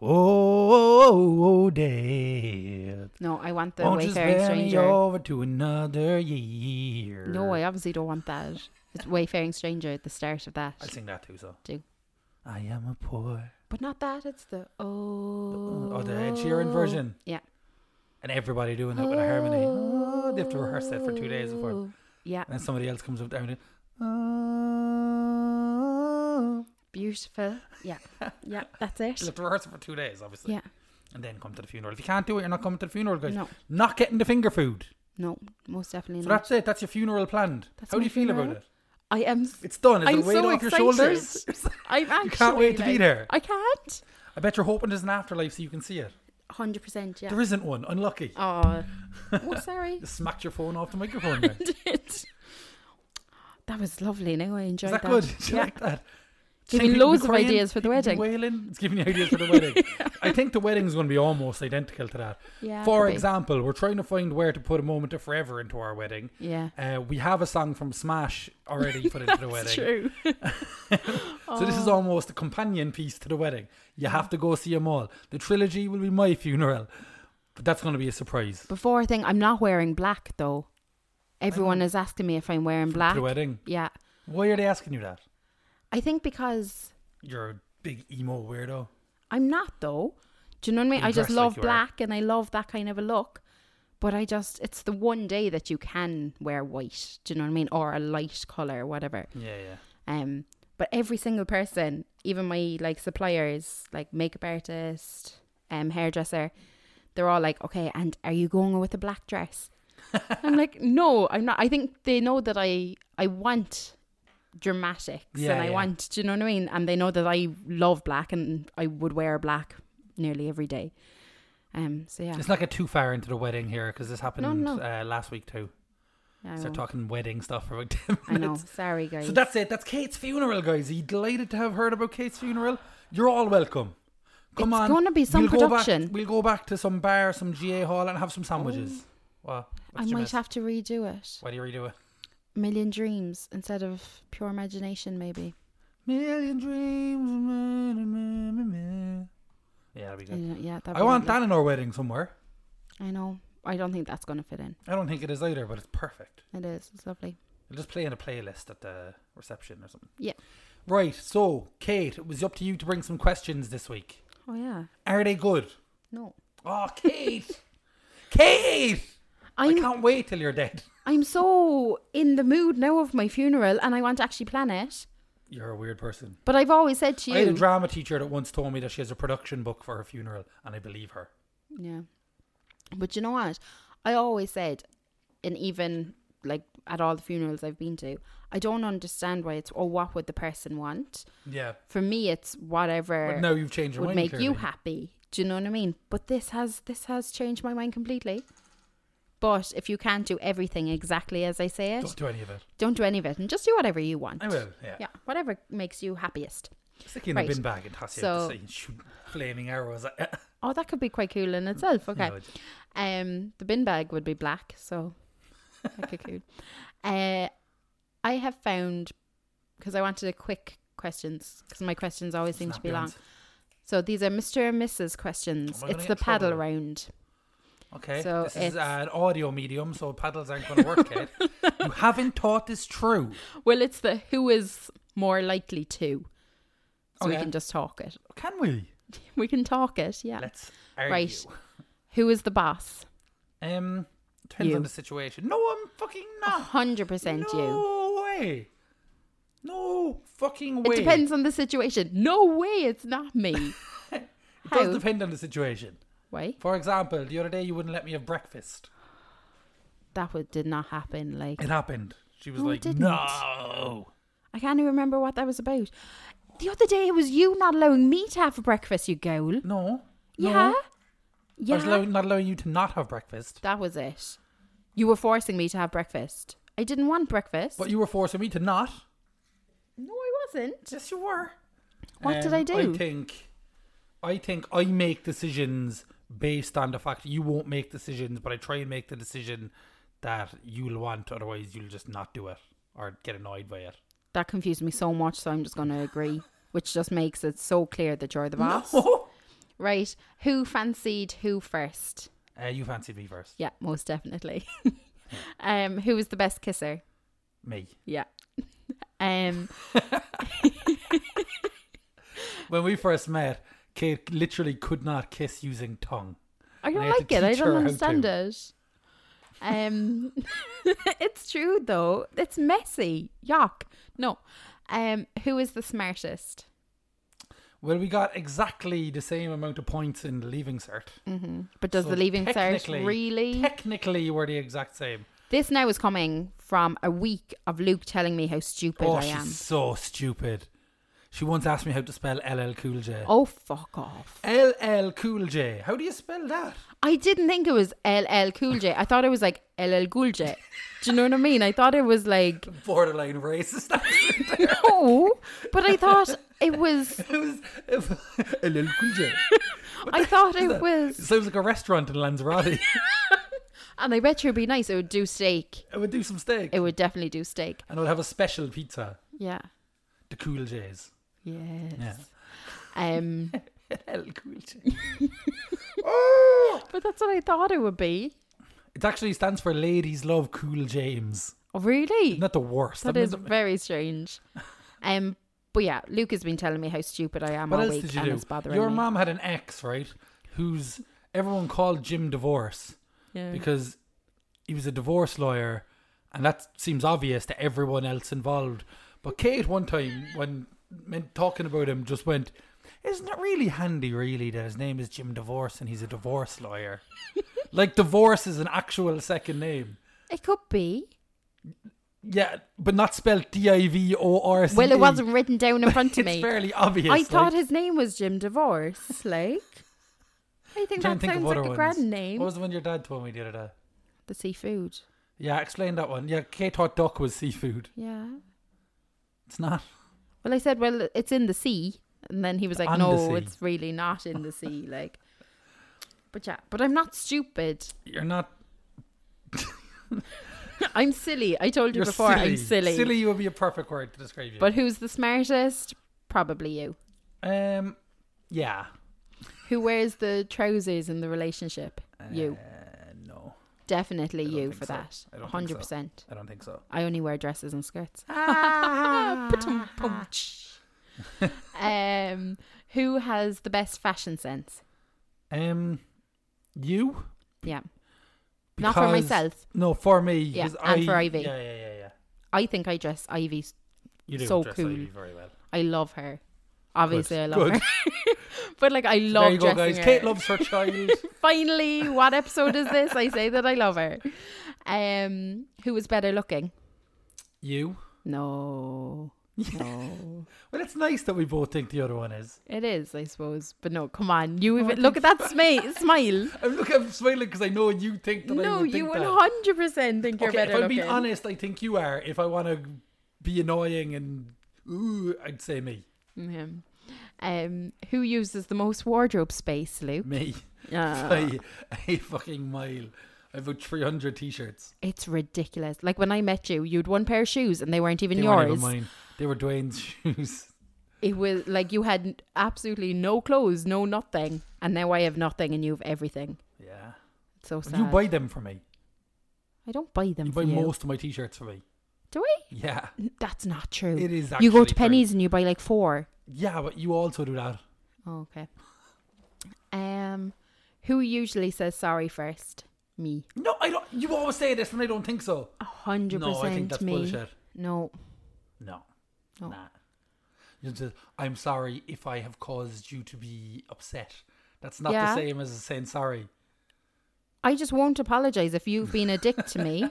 Oh, Death.
No, I want the
Won't you
Wayfaring
spare me
Stranger.
over to another year?
No, I obviously don't want that. It's Wayfaring Stranger at the start of that.
I'll sing that too, so.
Do.
I am a poor.
But not that. It's the oh.
uh, oh, the Ed Sheeran version.
Yeah.
And everybody doing that with a harmony. Oh, they have to rehearse that for two days before. And
Oh. Yeah.
then somebody else comes up down and. Oh.
Beautiful. Yeah. Yeah. That's
They
it.
have to rehearse it for two days, obviously.
Yeah.
And then come to the funeral. If you can't do it, you're not coming to the funeral, guys.
No.
Not getting the finger food.
No, most definitely
So
not.
that's it. That's your funeral planned.
That's
How do
my
you feel about
funeral.
it?
I am. s-
It's done. Is
I'm
it weight
so
off
excited.
your shoulders?
I'm actually.
You can't wait to be
like-
there.
I can't.
I bet you're hoping there's an afterlife so you can see it.
Hundred percent. Yeah.
There isn't one. Unlucky.
Oh, oh sorry.
You smacked your phone off the microphone. there. Is
that was lovely. Now I enjoyed
that good? Did you like that? It's
Giving
taking people
loads of
crying,
ideas for the
people
wedding.
Wailing. It's giving you ideas for the wedding. I think the wedding's going to be almost identical to that.
Yeah,
for
could be.
example, we're trying to find where to put a moment of forever into our wedding.
Yeah.
Uh, we have a song from Smash already put into the wedding.
True.
So this is almost a companion piece to the wedding. You have to go see them all. The trilogy will be my funeral, but that's going to be a surprise
Oh. Before I think I'm not wearing black though. Everyone is asking me if I'm wearing
to
black.
Mm. the wedding.
Yeah.
Why are they asking you that?
I think because
You're a big emo weirdo.
I'm not though. Do you know what I mean?
You
I
dress
just
like
love
you are.
black and I love that kind of a look. But I just it's the one day that you can wear white, do you know what I mean? Or a light colour, whatever.
Yeah, yeah.
Um, but every single person, even my like suppliers, like makeup artist, um, hairdresser, they're all like, okay, and are you going with a black dress? I'm like, no, I'm not. I think they know that I I want dramatics
Yeah,
and I
yeah.
want, do you know what I mean? And they know that I love black and I would wear black nearly every day. Um, so yeah,
Let's not get too far into the wedding here because this happened
no.
Uh, last week too.
I,
Start
won't.
talking wedding stuff for about ten
I know.
minutes.
Sorry, guys.
So that's it. That's Kate's funeral, guys. Are you delighted to have heard about Kate's funeral? You're all welcome. Come
It's
on.
gonna be some
go back-
production.
we'll go back to some bar, some GA hall, and have some sandwiches. What?
Oh. I
What's your
might
mess?
have to redo it.
Why do you redo it?
Million dreams instead of pure imagination, maybe.
Million dreams. meh, meh, meh, meh, meh. Yeah, that'd be
I
good.
know, uh, Yeah, that'd
I
be
want
lovely.
that in our wedding somewhere.
I know. I don't think that's going to fit in.
I don't think it is either, but it's perfect.
It is. It's lovely.
It'll just play in a playlist at the reception or something.
Yeah.
Right, so, Kate, it was up to you to bring some questions this week.
Oh yeah.
Are they good?
No.
Oh, Kate! Kate! I
I'm
can't wait till you're dead.
I'm so in the mood now of my funeral, and I want to actually plan it.
You're a weird person.
But I've always said to
I had a
you,
drama teacher that once told me that she has a production book for her funeral, and I believe her.
yeah. But you know what? I always said, and even like at all the funerals I've been to, I don't understand why it's or what would the person want.
Yeah.
For me, it's whatever
But now you've changed your mind.
would make you
clearly.
happy. Do you know what I mean? But this has this has changed my mind completely. But if you can't do everything exactly as I say it,
Don't do any of it.
don't do any of it and just do whatever you want.
I will, yeah.
Yeah, whatever makes you happiest.
Stick it in
Right.
a bin bag and toss it
So-
out to sea and shoot flaming arrows. at-
Oh, that could be quite cool in itself. Okay.
No, it-
Um, the bin bag would be black, so like a cool. Uh, I have found because I wanted a quick questions because my questions always seem to
Snap
be
your
long.
hands.
So these are Mr. and Mrs. questions.
Am I gonna get
it's the
in trouble?
paddle round.
Okay,
So
this
it's-
is an audio medium, so paddles aren't going to work, Kate. you haven't taught this true.
Well, it's the who is more likely to. So we
Okay.
can just talk it.
Can we?
We can talk it, yeah.
Let's argue.
Right. Who is the boss?
Um, depends
You.
on the situation. No, I'm fucking not.
100% you.
No way. No fucking
It
way.
depends on the situation. No way, it's not me.
It
how.
does depend on the situation.
Why?
For example, the other day you wouldn't let me have breakfast.
That would, did not happen. Like,
It happened. She was
No, it
like,
didn't.
no.
I can't even remember what that was about. The other day, it was you not allowing me to have breakfast, you goal.
No. No.
Yeah?
I
Yeah.
was allow- not allowing you to not have breakfast.
that was it. You were forcing me to have breakfast. I didn't want breakfast.
But you were forcing me to not.
no, I wasn't.
Yes, you were.
What did
Um,
I do?
I think, I think I make decisions based on the fact that you won't make decisions, but I try and make the decision that you'll want. Otherwise, you'll just not do it or get annoyed by it.
That confused me so much, so I'm just going to agree, which just makes it so clear that you're the boss.
No.
Right. Who fancied who first?
Uh, you fancied me first.
Yeah, most definitely. um, who was the best kisser?
Me.
Yeah. Um,
When we first met, Kate literally could not kiss using tongue.
I
I
don't
had to
like it. I
teach her
don't
how
understand
to.
it. Um, it's true though. It's messy. Yuck. No. Um, who is the smartest?
Well, we got exactly the same amount of points in the leaving cert.
But does
So
the leaving cert
technically-
really?
Technically, we're the exact same.
this now is coming from a week of Luke telling me how stupid
oh,
I
she's
am.
so stupid. She once asked me how to spell LL Cool J.
Oh, fuck off.
LL Cool J. How do you spell that?
I didn't think it was LL Cool J. I thought it was like LL Cool J. Do you know what I mean? I thought it was like
Borderline racist.
no, but I thought it was.
it was, it was LL Cool J.
I thought
That
it was,
sounds like a restaurant in Lanzarote.
and I bet you it'd be nice. It would do steak.
I would do some steak,
It would definitely do steak.
and I would have a special pizza.
Yeah.
The Cool J's.
Yes.
Yeah.
Um.
LL Cool J. oh!
But that's what I thought it would be.
It actually stands for Ladies Love Cool James.
Oh, really?
Not the worst.
That
I mean,
is
the-
very strange. Um. But yeah, Luke has been telling me how stupid I am
What
all
else
week,
did you
and
do?
it's bothering
Your
me.
mom had an ex, right? Who's everyone called Jim Divorce
yeah.
because he was a divorce lawyer, and that seems obvious to everyone else involved. But Kate, one time when men talking about him, just went, "Isn't it really handy, really, that his name is Jim Divorce and he's a divorce lawyer? like divorce is an actual second name."
it could be.
Yeah, but not spelled D I V O R C. E.
Well, it wasn't written down in front of
It's
me.
fairly obvious.
I thought
like-
his name was Jim Divorce. Like, I think
Trying to
that
think of
sounds
other
like a
ones.
grand name.
What was the one your dad told me the other day?
the seafood.
Yeah, explain that one. Yeah, Kate thought duck was seafood.
Yeah.
It's not.
Well, I said, well, it's in the sea, and then he was like,
On the
no,
sea.
it's really not in the sea. Like, but yeah, but I'm not stupid.
You're not.
I'm silly. I told you
You're
before.
silly.
I'm silly.
Silly would be a perfect word to describe you.
But who's the smartest? Probably you.
um, yeah,
Who wears the trousers in the relationship? you.
uh, no,
Definitely
don't
you
think
for
so.
that.
I
A
don't think so.
100%.
I don't think so.
I only wear dresses and skirts. um, who has the best fashion sense?
Um, you?
Yeah. Not for
Because-
myself.
No, for me.
Yeah,
'cause
and
I,
for Ivy.
Yeah, yeah, yeah, yeah.
I think I dress Ivy.
You do
So
dress
cool.
Ivy very well.
I love her. Obviously, I love
Good.
her. but like, I love
there you go,
dressing
guys.
her.
Kate loves her child.
Finally, what episode is this? I say that I love her. Um, who was better looking?
you.
No, no,
Well, it's nice that we both think the other one is.
it is, I suppose. But no, come on, you even look at that smi- smile.
I'm look, I'm smiling because I know you think that. I
No,
would think
you one
that.
hundred percent think you're
okay,
better
if I'm
looking.
being honest, I think you are. If I want to be annoying and ooh, I'd say me,
Mhm. Um, who uses the most wardrobe space, Luke?
me.
Yeah,
By a fucking mile. I have about 300 t-shirts.
it's ridiculous. Like when I met you, you'd one pair of shoes and they weren't even
They
yours.
weren't even mine. They were Dwayne's shoes.
It was like you had n- absolutely no clothes, no nothing, and now I have nothing, and you have everything.
Yeah.
It's so
But
sad.
You buy them for me.
I don't buy them
You
for
buy
you.
most of my t-shirts for me.
Do we?
Yeah.
N- That's not true.
It is
You go
actually true.
to pennies and you buy like four.
Yeah, but you also do that.
Oh, okay. Um, who usually says sorry first? Me.
No, I don't. You always say this, and I don't think so.
A hundred
No, I think
percent
that's
me.
bullshit.
No.
No.
No.
Nah. You just, I'm sorry if I have caused you to be upset. That's not
Yeah.
the same as saying sorry.
I just won't apologize if you've been a dick to me.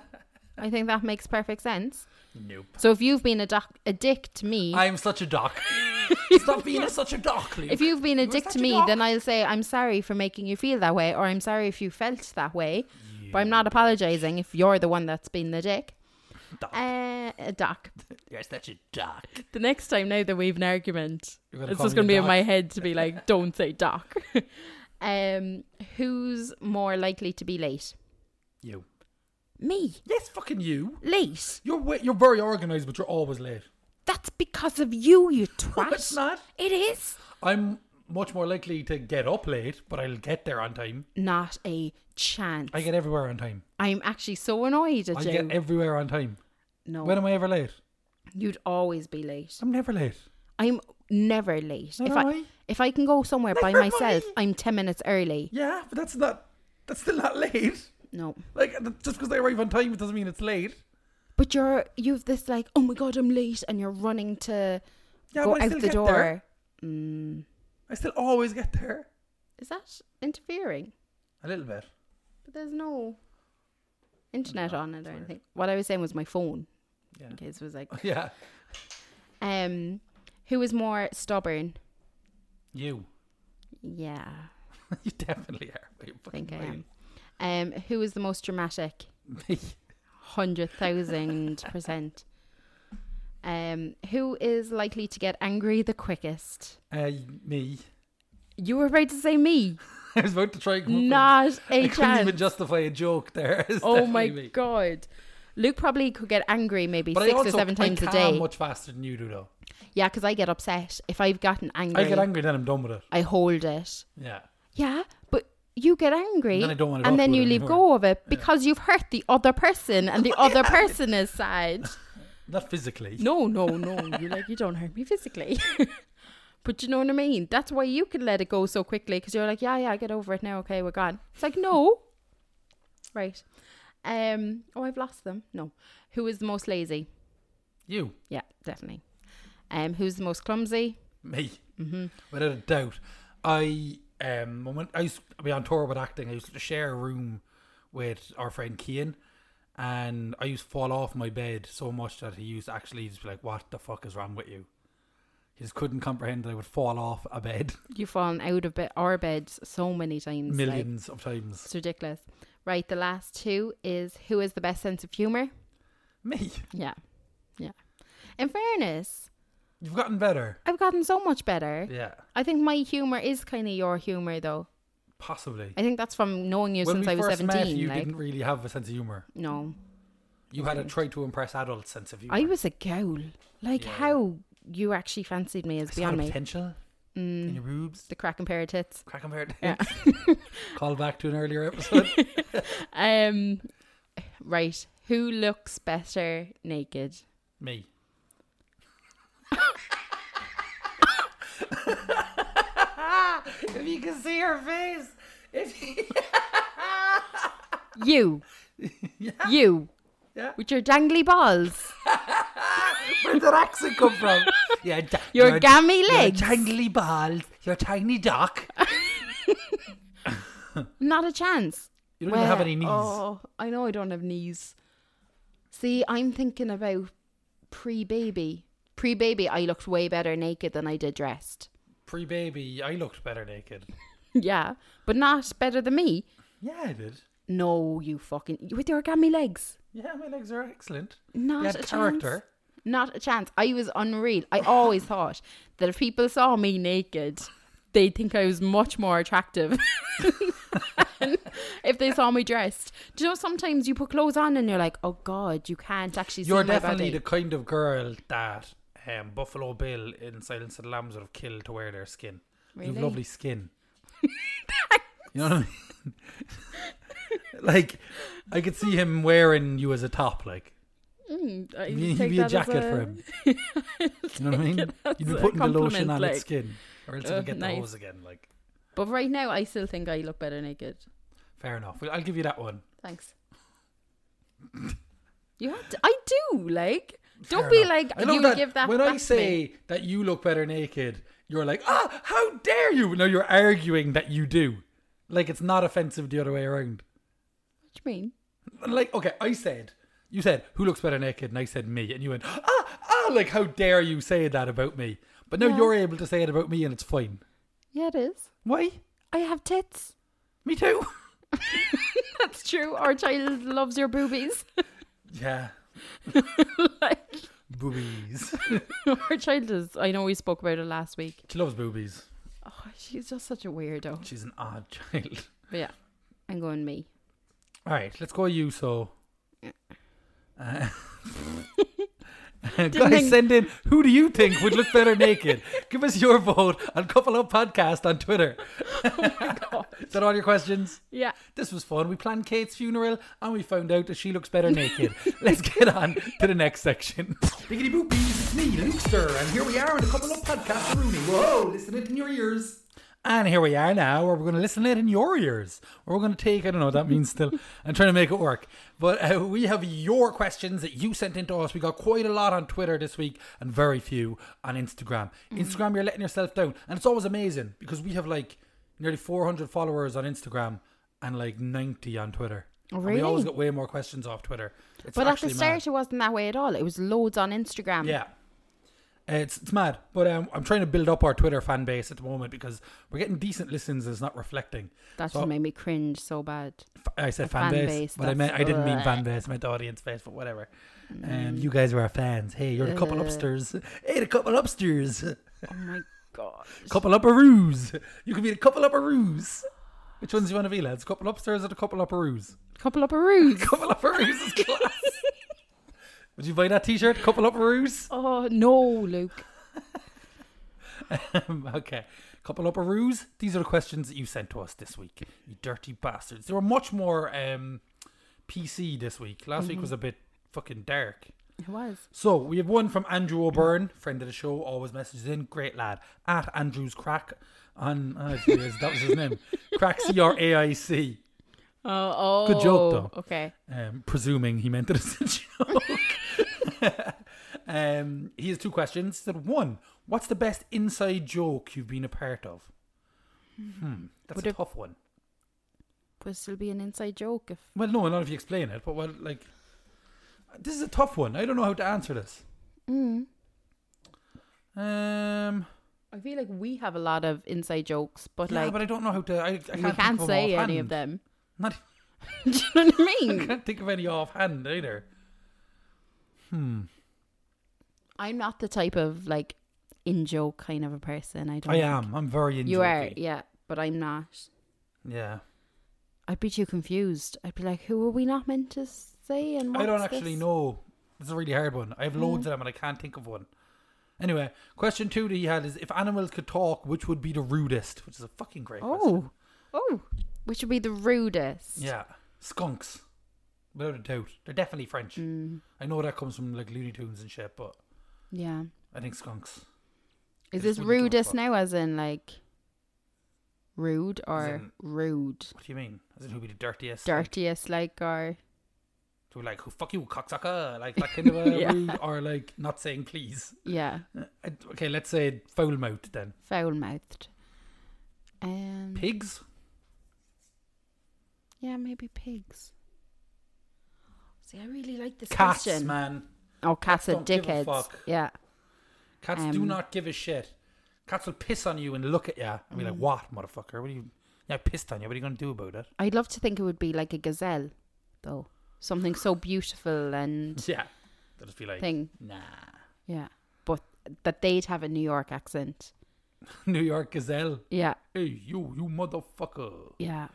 I think that makes perfect sense.
Nope.
So if you've been a, doc- a dick to me,
I'm such a doc. Stop being a, such a doc, Luke.
if you've been a
You were
dick
such
to
a
me,
doc.
then I'll say I'm sorry for making you feel that way, or I'm sorry if you felt that way. But I'm not apologizing if you're the one that's been the dick.
Doc.
Uh, a doc.
You're such a doc.
The next time now that we've an argument,
You're gonna
it's
call
just
me a
going to be in
doc?
my head to be like, "Don't say doc." um, who's more likely to be late?
You.
Me.
Yes, fucking you.
Late.
You're wa- you're very organised, but you're always late.
That's because of you, you twat.
it's not.
It is.
I'm much more likely to get up late, but I'll get there on time.
Not a chance.
I get everywhere on time.
I'm actually so annoyed at
I
you.
get everywhere on time.
no,
When am I ever late?
you'd always be late.
I'm never late.
I'm never late.
Neither
if
am
I
I.
if I can go somewhere by
Neither am
myself,
I.
I'm ten minutes early.
Yeah, but that's not. That's still not late.
No,
Like th- just because I arrive on time doesn't mean it's late.
but you're you've this like, oh my god, I'm late, and you're running to
Yeah,
go
but I
out
still
the
get there.
door. Mm.
I still always get there.
Is that interfering?
A little bit.
But there's no internet on it or anything. What I was saying was my phone.
Yeah.
In case it was like,
Yeah.
um, who is more stubborn?
You.
Yeah,
you definitely are. You're
I think I
fucking
am. Um, who is the most dramatic?
right. Me.
Hundred thousand percent. Um, who is likely to get angry the quickest?
Uh, me.
You were about to say me.
I was about to try and come up with-
Not
Oh, I
a
couldn't even
chance.
justify a joke there. It's
Oh my
definitely me.
god. Luke probably could get angry maybe
But I
six
also,
or seven times
I
a
calm
day.
much faster than you do, though.
Yeah, because I get upset if I've gotten angry.
I get angry, then I'm done with it.
I hold it.
Yeah.
Yeah, but you get angry,
Then I don't wanna
and
talk
then
about
you
it
leave
anymore.
go of it because you've hurt the other person, and the other person is sad.
Not physically.
No, no, no. You're like, you don't hurt me physically. but you know what I mean? That's why you can let it go so quickly because you're like, yeah, yeah, get over it now. Okay, we're gone. It's like, no. right. Um. Oh, I've lost them. No. Who is the most lazy?
You.
Yeah, definitely. Um. Who's the most clumsy?
Me. Mm-hmm. Without a doubt. I um when I used to be on tour with acting, I used to share a room with our friend Kean and I used to fall off my bed so much that he used to actually just be like, What the fuck is wrong with you? He just couldn't comprehend that I would fall off a bed
You've fallen out of be- our beds so many times. like,
millions of times.
it's ridiculous. Right. The last two is who has the best sense of humor?
Me.
Yeah. Yeah. In fairness,
You've gotten better.
I've gotten so much better.
Yeah.
I think my humor is kind of your humor, though.
Possibly.
I think that's from knowing you
when
since
we
I was
first
seventeen.
met, you
like,
didn't really have a sense of humor.
no,
You had a try to impress adult sense of humor.
I was a girl. Like
Yeah.
how you actually fancied me is
It's
beyond Mm.
got a
me.
potential in your boobs.
The cracking pair of tits.
Crack 'em out.
Yeah.
Call back to an earlier episode.
Um, right. Who looks better naked?
Me. if you can see her face. If you...
You. You.
Yeah.
With your dangly balls.
But did that accent come from? Yeah, ja-
Your
your-
gammy
your
legs.
jangly balls, your tiny duck.
Not a chance.
You don't even have
Well,
any knees.
Oh, I know I don't have knees. See, I'm thinking about pre baby. Pre baby, I looked way better naked than I did dressed.
Pre baby, I looked better naked.
yeah, but not better than me.
Yeah, I did.
No, you fucking. With your gammy legs.
Yeah, my legs are excellent.
Not
you had
a
character.
chance. Not a chance. I was unreal. I always thought that if people saw me naked, they'd think I was much more attractive. And if they saw me dressed, do you know sometimes you put clothes on and you're like, oh god, you can't actually
You're
see my
definitely
body.
the kind of girl that um, Buffalo Bill in Silence of the Lambs would have killed to wear their skin. You
Really?
have lovely skin. you know what I mean? like, I could see him wearing you as a top. Like,
Mm, I
you- you'd
take
be a
that as
jacket for him. You know what I mean? You'd be
as a
putting the lotion
compliment,
on
like.
its skin, or else
Oh,
it'll get
nice.
the hose again. Like,
But right now, I still think I look better naked.
fair enough. Well, I'll give you that one.
Thanks. you had to, I do like. Don't
Fair
be
enough.
like
I know
you
that
give that.
when
back
I
to
say
me.
that you look better naked, you're like, ah, how dare you? No, you're arguing that you do. Like it's not offensive the other way around.
what do you mean?
Like, okay, I said, you said, who looks better naked? And I said me, and you went, ah, ah, like how dare you say that about me? But now
Yeah.
you're able to say it about me, and it's fine.
Yeah, it is.
Why?
I have tits.
Me too.
That's true. Our child loves your boobies.
yeah,
like
boobies.
our child is. I know we spoke about it last week.
she loves boobies.
Oh, she's just such a weirdo.
She's an odd child.
But yeah, I'm going me.
All right, let's go. You so. Uh, guys,
think-
send in who do you think would look better naked? Give us your vote on Couple Up Podcast on Twitter. Is that all your questions?
Yeah.
This was fun. We planned Kate's funeral and we found out that she looks better naked. Let's get on to the next section. Biggity boopies, it's me, Lukester, and here we are on a couple of podcasts, Rooney. Whoa, listen it in your ears. And here we are now, where we're going to listen it in your ears. Or we're going to take, I don't know what that means still. I'm trying to make it work. But uh, we have your questions that you sent in to us. We got quite a lot on Twitter this week and very few on Instagram. Instagram, you're letting yourself down. And it's always amazing because we have like nearly 400 followers on Instagram and like 90 on Twitter. And
Oh, Really?
we always get way more questions off Twitter. It's
But at the
actually
start,
mad.
it wasn't that way at all. It was loads on Instagram.
Yeah. Uh, It's, it's mad, but um, I'm trying to build up our Twitter fan base at the moment because we're getting decent listens. And it's not reflecting.
That
So-
just made me cringe so bad.
F- I said
A
fan,
fan
base,
base,
but I
that's- Mm.
meant I didn't mean
Ugh.
fan base. I meant audience base, but whatever. Um, you guys were our fans. Hey, you're a couple
Ugh.
upsters. Hey, the couple upsters.
Oh my god.
Couple upperoos. You could be the couple upperoos. Which ones do you want to be, lads? Couple upsters or the couple upperoos?
Couple up a ruse.
Couple upperoos is class. Would you buy that T-shirt? Couple upperoos.
Oh no, Luke.
Um, okay. Couple up a ruse. These are the questions that you sent to us this week, you dirty bastards. They were much more um, PC this week. Last week was a bit fucking dark.
It was.
Mm-hmm. So we have one from Andrew O'Byrne, friend of the show, always messages in. Great lad. At Andrew's Crack on. Oh, jeez, that was his name. Crack C R A I C.
Oh, oh.
Good joke, though.
Okay.
um, presuming he meant it as a joke. um, he has two questions. He said, one, what's the best inside joke you've been a part of? Hmm, that's
Would
a
it-
tough one.
Would still be an inside joke if
Well, no, not if you explain it, but well, like, this is a tough one. I don't know how to answer this. Um,
mm. I feel like we have a lot of inside jokes, but
yeah,
like
but I don't know how to. I, I can't
we
think of
can't
them
say any
offhand.
of them.
Not,
Do you know what I
I
mean?
can't think of any offhand either.
I'm not the type of like in joke kind of a person. I don't.
I am. I'm very in.
You are,
jokey.
yeah, but I'm not.
Yeah.
I'd be too confused. I'd be like, who were we not meant to say? And
I don't
what's
actually
this? Hmm.
know. This is a really hard one. I have loads of them and I can't think of one. Anyway, question two that he had is if animals could talk, which would be the rudest? Which is a fucking great question.
Oh, oh, which would be the rudest?
Yeah. Skunks. Without a doubt. They're definitely French.
Hmm.
I know that comes from like Looney Tunes and shit, but
yeah.
I think skunks.
Is
They just
this
wouldn't give a
rudest
fuck.
now, as in like rude or
in-
rude,
What do you mean? As in who'd be the dirtiest?
dirtiest, like or
Who who were like, "Who fuck you, cocksucker," like that kind of a
Yeah.
rude, or like not saying please.
Yeah,
Uh, Okay, let's say foul mouthed then.
foul mouthed. Um,
Pigs.
yeah, maybe pigs. See, I really like this
Cats,
question.
man.
Oh, cats are
don't give a
dickheads.
fuck.
Yeah,
Cats do
Um,
not give a shit. Cats will piss on you and look at you and be like, "What, motherfucker? What are you? Yeah, I pissed on you. What are you gonna do about it?"
I'd love to think it would be like a gazelle, though. Something so beautiful and
Yeah, they'll just be like,
thing.
"Nah."
Yeah, but that they'd have a New York accent.
New York gazelle.
Yeah,
Hey, you, you motherfucker!
yeah.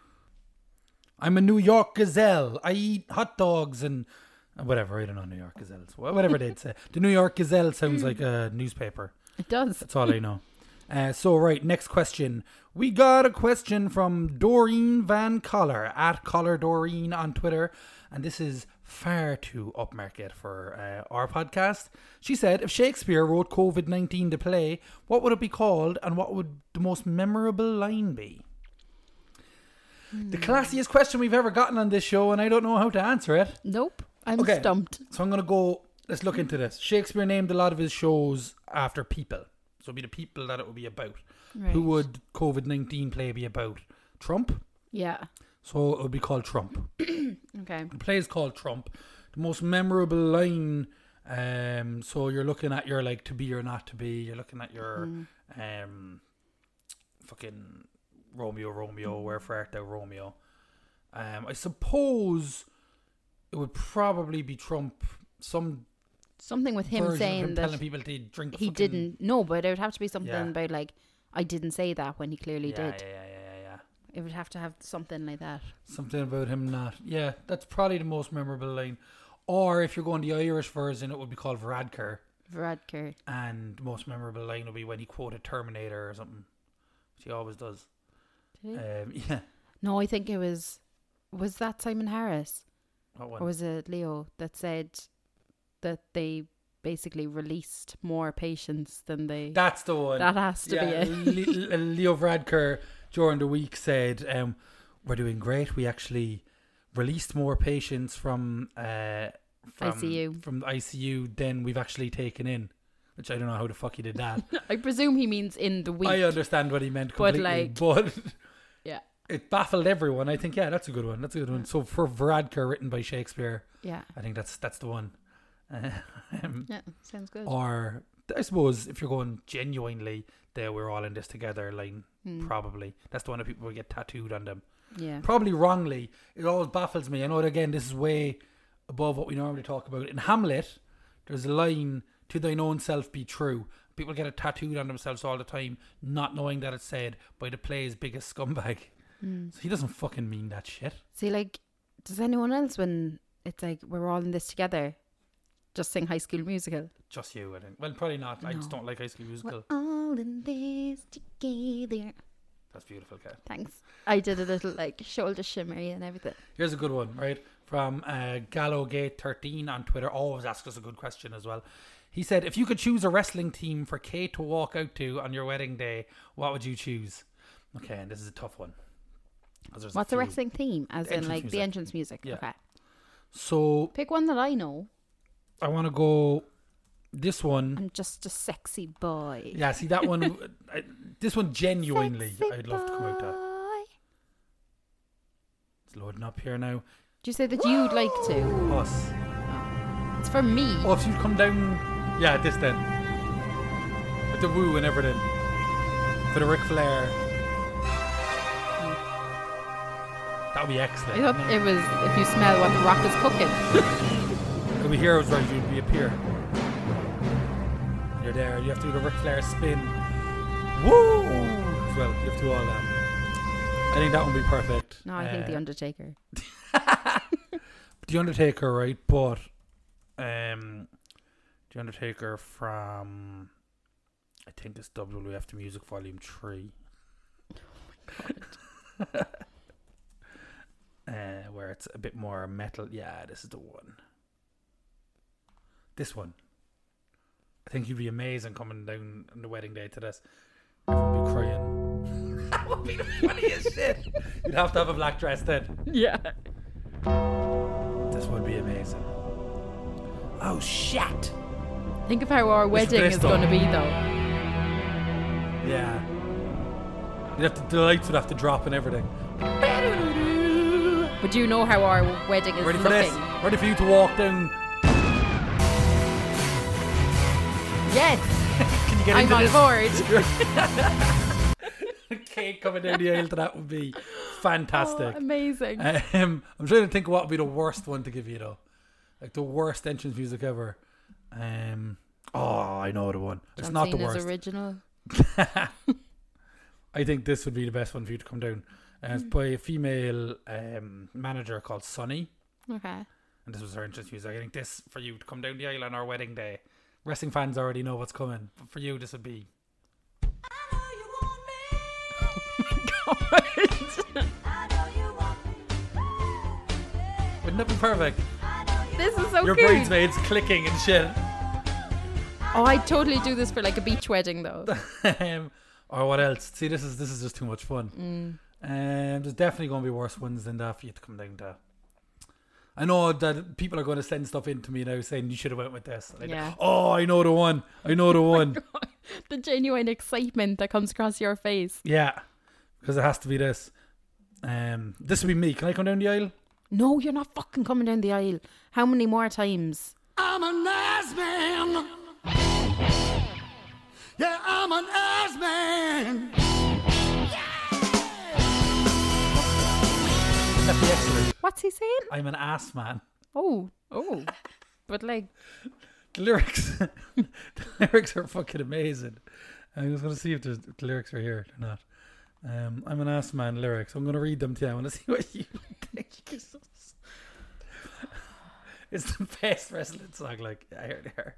I'm a New York gazelle. I eat hot dogs and uh, whatever. I don't know New York gazelles. Wha- Whatever they'd say. The New York Gazelle sounds like a newspaper.
It does.
That's all I know. Uh, so right, next question. We got a question from Doreen Van Collar at Collar Doreen on Twitter, and this is far too upmarket for uh, our podcast. She said, "If Shakespeare wrote COVID nineteen to play, what would it be called, and what would the most memorable line be?" The classiest question we've ever gotten on this show, and I don't know how to answer it.
Nope. I'm
Okay.
stumped.
So I'm gonna go. Let's look into this. Shakespeare named a lot of his shows after people, so it'd be the people that it would be about. Who
Right.
would COVID nineteen play be about? Trump.
Yeah.
So it would be called Trump.
Okay.
The play is called Trump. The most memorable line. Um, so you're looking at your like to be or not to be. You're looking at your
Mm.
um, fucking Romeo, Romeo, wherefore art thou, Romeo? Um, I suppose it would probably be Trump. Some
Something with him
version of
saying
him
that
telling people to drink.
he
fucking-
didn't. No, but it would have to be something
Yeah.
about like I didn't say that when he clearly
Yeah,
did.
yeah, yeah, yeah, yeah, yeah.
It would have to have something like that.
Something about him not. Yeah, that's probably the most memorable line. Or if you're going the Irish version, it would be called Radker.
Varadkar.
And the most memorable line would be when he quoted Terminator or something, which he always does.
Did he?
Um, yeah,
Uh, No, I think it was. Was that Simon Harris
what
or
one?
was it Leo that said that they basically released more patients than they?
That's the one.
That has to
yeah,
be it.
Le- Le- Leo Radker during the week said, um, "We're doing great. We actually released more patients from uh, from
ICU.
from the ICU than we've actually taken in." Which I don't know how the fuck he did that.
I presume he means in the week.
I understand what he meant
But,
completely,
like-
but,
yeah,
it baffled everyone. I think yeah, that's a good one. That's a good one. So for Varadkar, written by Shakespeare,
yeah,
I think that's that's the one. Um,
yeah. Sounds good.
or I suppose if you're going genuinely, there we're all in this together line. Probably that's the one that people will get tattooed on them.
Hmm. yeah,
Probably wrongly. It always baffles me. I know that again. This is way above what we normally talk about. In Hamlet, there's a line: "To thine own self be true." People get it tattooed on themselves all the time, not knowing that it's said by the play's biggest scumbag.
Hmm.
So he doesn't fucking mean that shit.
See, like, does anyone else when it's like we're all in this together, just sing High School Musical?
Just you, I think. Well, probably not. I just
No.
don't like High School Musical.
all in this together.
That's beautiful, Kat.
Thanks. I did a little like shoulder shimmery and everything.
Here's a good one, right? From uh, GallowGate13 on Twitter. Always asks us a good question as well. He said, If you could choose a wrestling team for Kay to walk out to on your wedding day, what would you choose? Okay, and this is a tough one. 'Cause there's
What's the
few.
wrestling theme? As
The
in,
entrance
like
music.
the entrance music.
Yeah.
Okay,
So
pick one that I know.
I want to go this one.
I'm just a sexy boy.
Yeah, see, that one. I, this one genuinely, I'd love to come out to.
boy.
It's loading up here now.
Do you say that you'd like to?
Us.
It's for me.
Oh, if you come down, yeah, this then. With the woo and everything. For the Ric Flair. That would be
I
excellent.
hope it was. If you smell what the rock is cooking,
It'd be heroes right, you'd be a peer. You're there, you have to do the Ric Flair spin. Woo! As well, you have to do all that. I think that would be perfect.
no, I think the
Uh,
Undertaker.
The Undertaker, right? But um, the Undertaker from I think it's WWF the Music Volume Three. uh, where it's a bit more metal. Yeah, this is the one. This one. I think you'd be amazing coming down on the wedding day to this. Everyone be crying. that would be the funniest shit. You'd have to have a black dress then.
Yeah.
This would be amazing. Oh shit!
Think of how our wedding is
Bristol.
going to be, though.
Yeah. You have to the lights would have to drop and everything.
But you know how our wedding is
Ready for
looking.
this? Ready for you to walk down?
Yes,
Can you get
I'm
into
on
this?
board.
Cake coming down the aisle to that would be fantastic.
Oh, amazing.
Um, I'm trying to think of what would be the worst one to give you though, like the worst entrance music ever. Um, oh, I know the one. It's
John
not the
Cena's
worst.
original.
I think this would be the best one for you to come down. And it's by a female um, manager called Sunny,
Okay.
and this was her entrance music. I think this for you to come down the aisle on our wedding day. Wrestling fans already know what's coming, but for you, this would be. Wouldn't that be perfect?
This is so
Your
cute.
bridesmaids clicking and shit.
Oh, I totally do this for like a beach wedding though.
um, or what else? See, this is this is just too much fun. Um, there's definitely going to be worse ones than that for you to come down to. I know that people are going to send stuff in to me now saying you should have went with this. Like,
Yeah.
Oh, I know the one. I know the one.
the genuine excitement that comes across your face.
yeah, because it has to be this. Um, this would be me. Can I come down the aisle?
No, you're not fucking coming down the aisle. How many more times?
I'm an ass man. Yeah, I'm an ass man.
That'd be excellent.
What's he saying?
I'm an ass man.
Oh, oh. But like,
The lyrics, the lyrics are fucking amazing. I was gonna see if there's- the lyrics are here or not. Um, I'm an ass man lyrics. I'm gonna read them to you. I want to see what you think. Jesus. It's the best wrestling song. Like I heard there.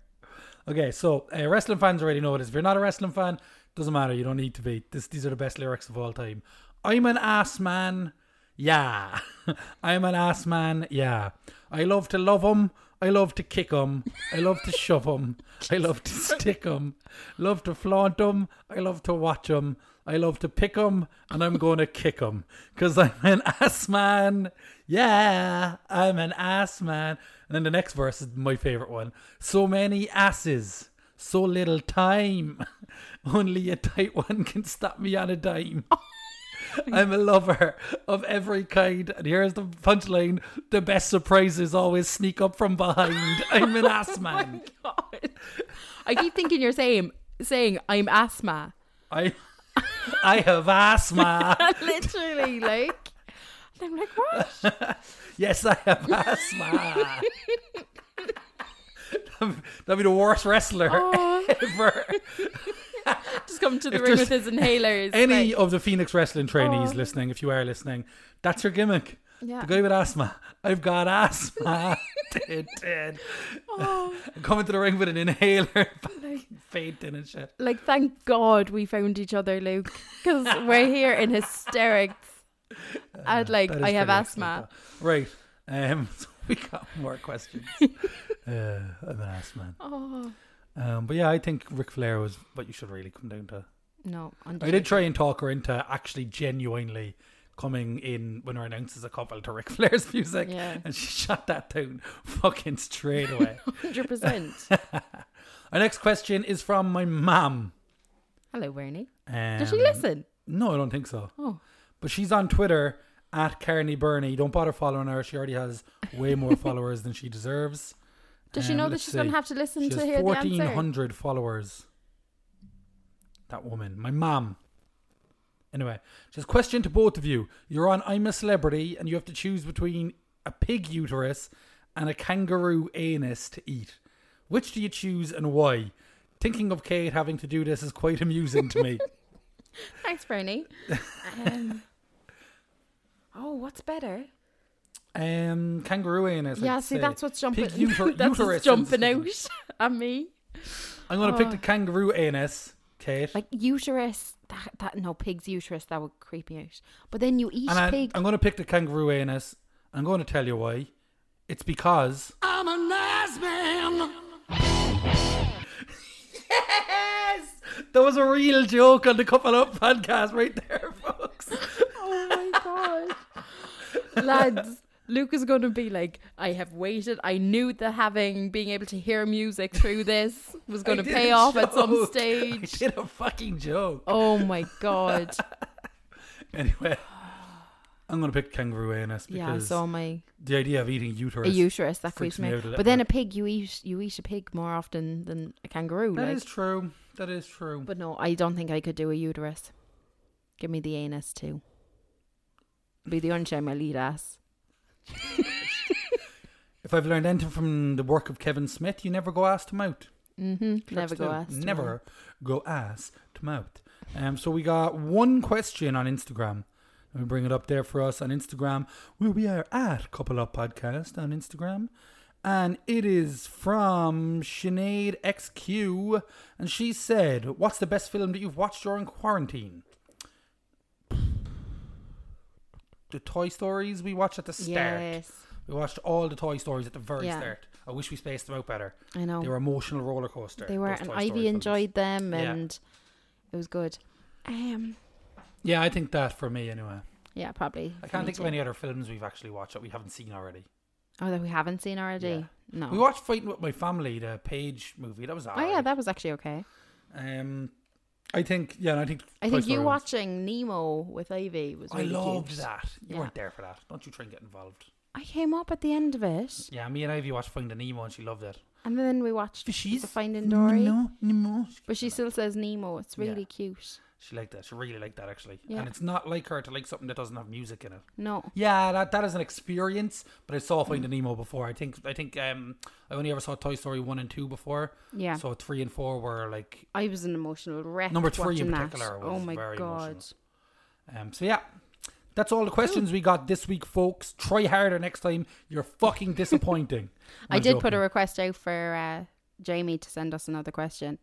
Okay, so uh, wrestling fans already know this. If you're not a wrestling fan, doesn't matter. You don't need to be. This, these are the best lyrics of all time. I'm an ass man. Yeah. I'm an ass man. Yeah. I love to love 'em. I love to kick 'em. I love to shove 'em. I love to stick 'em. Love to flaunt 'em. I love to watch 'em. I love to pick 'em. And I'm going to kick 'em. Because I'm an ass man. Yeah. I'm an ass man. And then the next verse is my favorite one. So many asses. So little time. Only a tight one can stop me on a dime. I'm a lover of every kind. And here's the punchline the best surprises always sneak up from behind. I'm an ass man.
Oh God. I keep thinking you're saying, saying I'm asthma.
I I have asthma.
Literally, like. And I'm like, what?
Yes, I have asthma. That'd be the worst wrestler
Oh.
ever.
Just come to the
If
room
there's
with his inhalers.
Any
like-
of the Phoenix Wrestling trainees
Oh.
listening, if you are listening, that's your gimmick.
Yeah.
The guy with asthma. I've got asthma. Did, did.
Oh.
Coming to the ring with an inhaler,
Like-
fainting and shit.
Like, thank God we found each other, Luke, because we're here in hysterics. And like,
That is
I have
pretty excellent,
asthma.
though. Right. Um, so we got more questions. uh, I'm an ass man.
Oh
Um, but yeah, I think Ric Flair was what you should really come down to.
no!
I did try and talk her into actually genuinely coming in when her announces a couple to Ric Flair's music,
Yeah.
and she shut that down fucking straight away.
Hundred percent.
Our next question is from my mum.
Hello, Wernie.
Um,
Did she listen?
No, I don't think so.
Oh,
But she's on Twitter at Kearney Burney. Don't bother following her. She already has way more followers than she deserves.
does she
Um,
know that
let's
she's going
see.
to have to listen
She
to
has
hear the answer?
1,400 followers. That woman. My mom. Anyway, she says, question to both of you. You're on I'm a Celebrity and you have to choose between a pig uterus and a kangaroo anus to eat. Which do you choose and why? Thinking of Kate having to do this is quite amusing to me.
Thanks, Bernie. um, oh, what's better?
Um, kangaroo anus. I'd
yeah, see,
say.
that's what's jumping.
Pig uter-
that's
uterus
what's jumping
instead.
out at me.
I'm gonna pick
Oh.
the kangaroo anus, Kate.
Like uterus, that that no pig's uterus that would creep me out. But then you eat
and I,
pig.
I'm gonna pick the kangaroo anus. I'm gonna tell you why. It's because
I'm an ass man.
yes, that was a real joke on the Couple Up podcast right there, folks.
oh my god, lads! Luke is going to be like, I have waited. I knew that having being able to hear music through this was going to
did
pay
a
off at some
joke. I
stage.
did a fucking joke.
Oh my god!
Anyway, I'm gonna pick kangaroo anus
yeah,
because
so my
the idea of eating
a
uterus.
uterus that
freaks
creeps
me
me. out.
out a little
But then a
bit.
pig, you eat you eat a pig more often than a kangaroo.
That
like.
is true. That is true.
But no, I don't think I could do a uterus. Give me the anus too. Be the unshame my lead ass.
if I've learned anything from the work of Kevin Smith, you never go ass to mouth.
Mm-hmm.
Church
Never go
do.
ass. to
Never go ass to mouth. Um, so we got one question on Instagram. Let me bring it up there for us on Instagram, where we are at Couple Up Podcast on Instagram. And it is from Sinead XQ. And she said, What's the best film that you've watched during quarantine? The Toy Stories we watched at the
mouth.
start.
Yes,
We watched all the Toy Stories at the very
Yeah.
start. I wish we spaced them out better.
I know
They were emotional roller coaster.
They were,
those
and
Toy Story
Ivy
films.
enjoyed them,
Yeah.
and it was good. Um,
Yeah, I think that for me anyway.
yeah, probably.
I
for
can't
me
think of
too.
any other films we've actually watched that we haven't seen already.
Oh, that we haven't seen already.
Yeah.
No.
We watched Fighting with My Family, the Page movie. That was
oh
alright.
yeah, that was actually okay.
Um, I think yeah, and I think
I
Toy
think
Story
you
was-
watching Nemo with Ivy was.
I
Really
loved
cute.
that. You
Yeah.
weren't there for that. Don't you try and get involved.
I came up at the end of it,
Yeah, me and Ivy watched Finding Nemo and she loved it.
and then we watched
Fishies.
the Finding Dory.
Nemo, Nemo.
But she still says Nemo. It's
Yeah.
really cute.
She liked that. She really liked that actually.
Yeah.
And it's not like her to like something that doesn't have music in it.
No.
Yeah, that, that is an experience. But I saw Finding
Mm.
Nemo before. I think I think um I only ever saw Toy Story one and two before.
Yeah.
So three and four were like
I was an emotional wreck.
Number three in
watching that.
particular
oh
was
my
very
god.
emotional. um so yeah. That's all the questions we got this week, folks. Try harder next time. You're fucking disappointing.
I
I'm
did put a
joking.
request out for uh, Jamie to send us another question.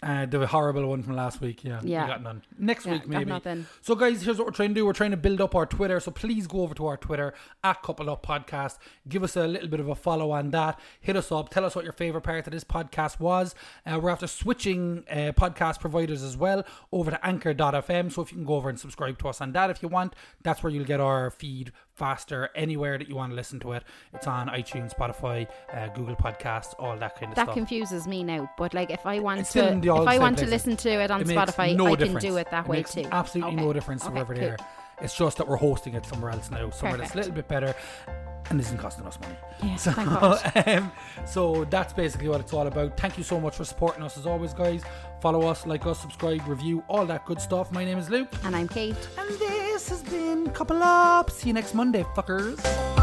uh, the horrible one from last week. Yeah, we
Yeah.
got none. Next
Yeah,
week
got
maybe.
nothing.
So, guys, here's what we're trying to do. We're trying to build up our Twitter. So, please go over to our Twitter at Couple Up Podcast. Give us a little bit of a follow on that. Hit us up. Tell us what your favorite part of this podcast was. Uh, we're after switching uh, podcast providers as well over to anchor.fm. So, if you can go over and subscribe to us on that if you want, that's where you'll get our feed faster anywhere that you want to listen to it. It's on iTunes, Spotify, uh, Google Podcasts, all that kind of
That
stuff.
confuses me now, but like if I want
It's
to,
still in
if
the all the
I
same
want to
places.
listen to it on
It makes
Spotify,
no
I
difference.
can do it that way
makes
too.
Absolutely
Okay.
no difference to
Okay,
wherever they
cool.
are. It's just that we're hosting it somewhere else now, somewhere that's
Perfect.
a little bit better and isn't costing us money.
Yeah,
so,
thank God.
um, so that's basically what it's all about. Thank you so much for supporting us as always, guys. Follow us, like us, subscribe, review, all that good stuff. My name is Luke.
And I'm Kate.
And this has been Couple Up. See you next Monday, fuckers.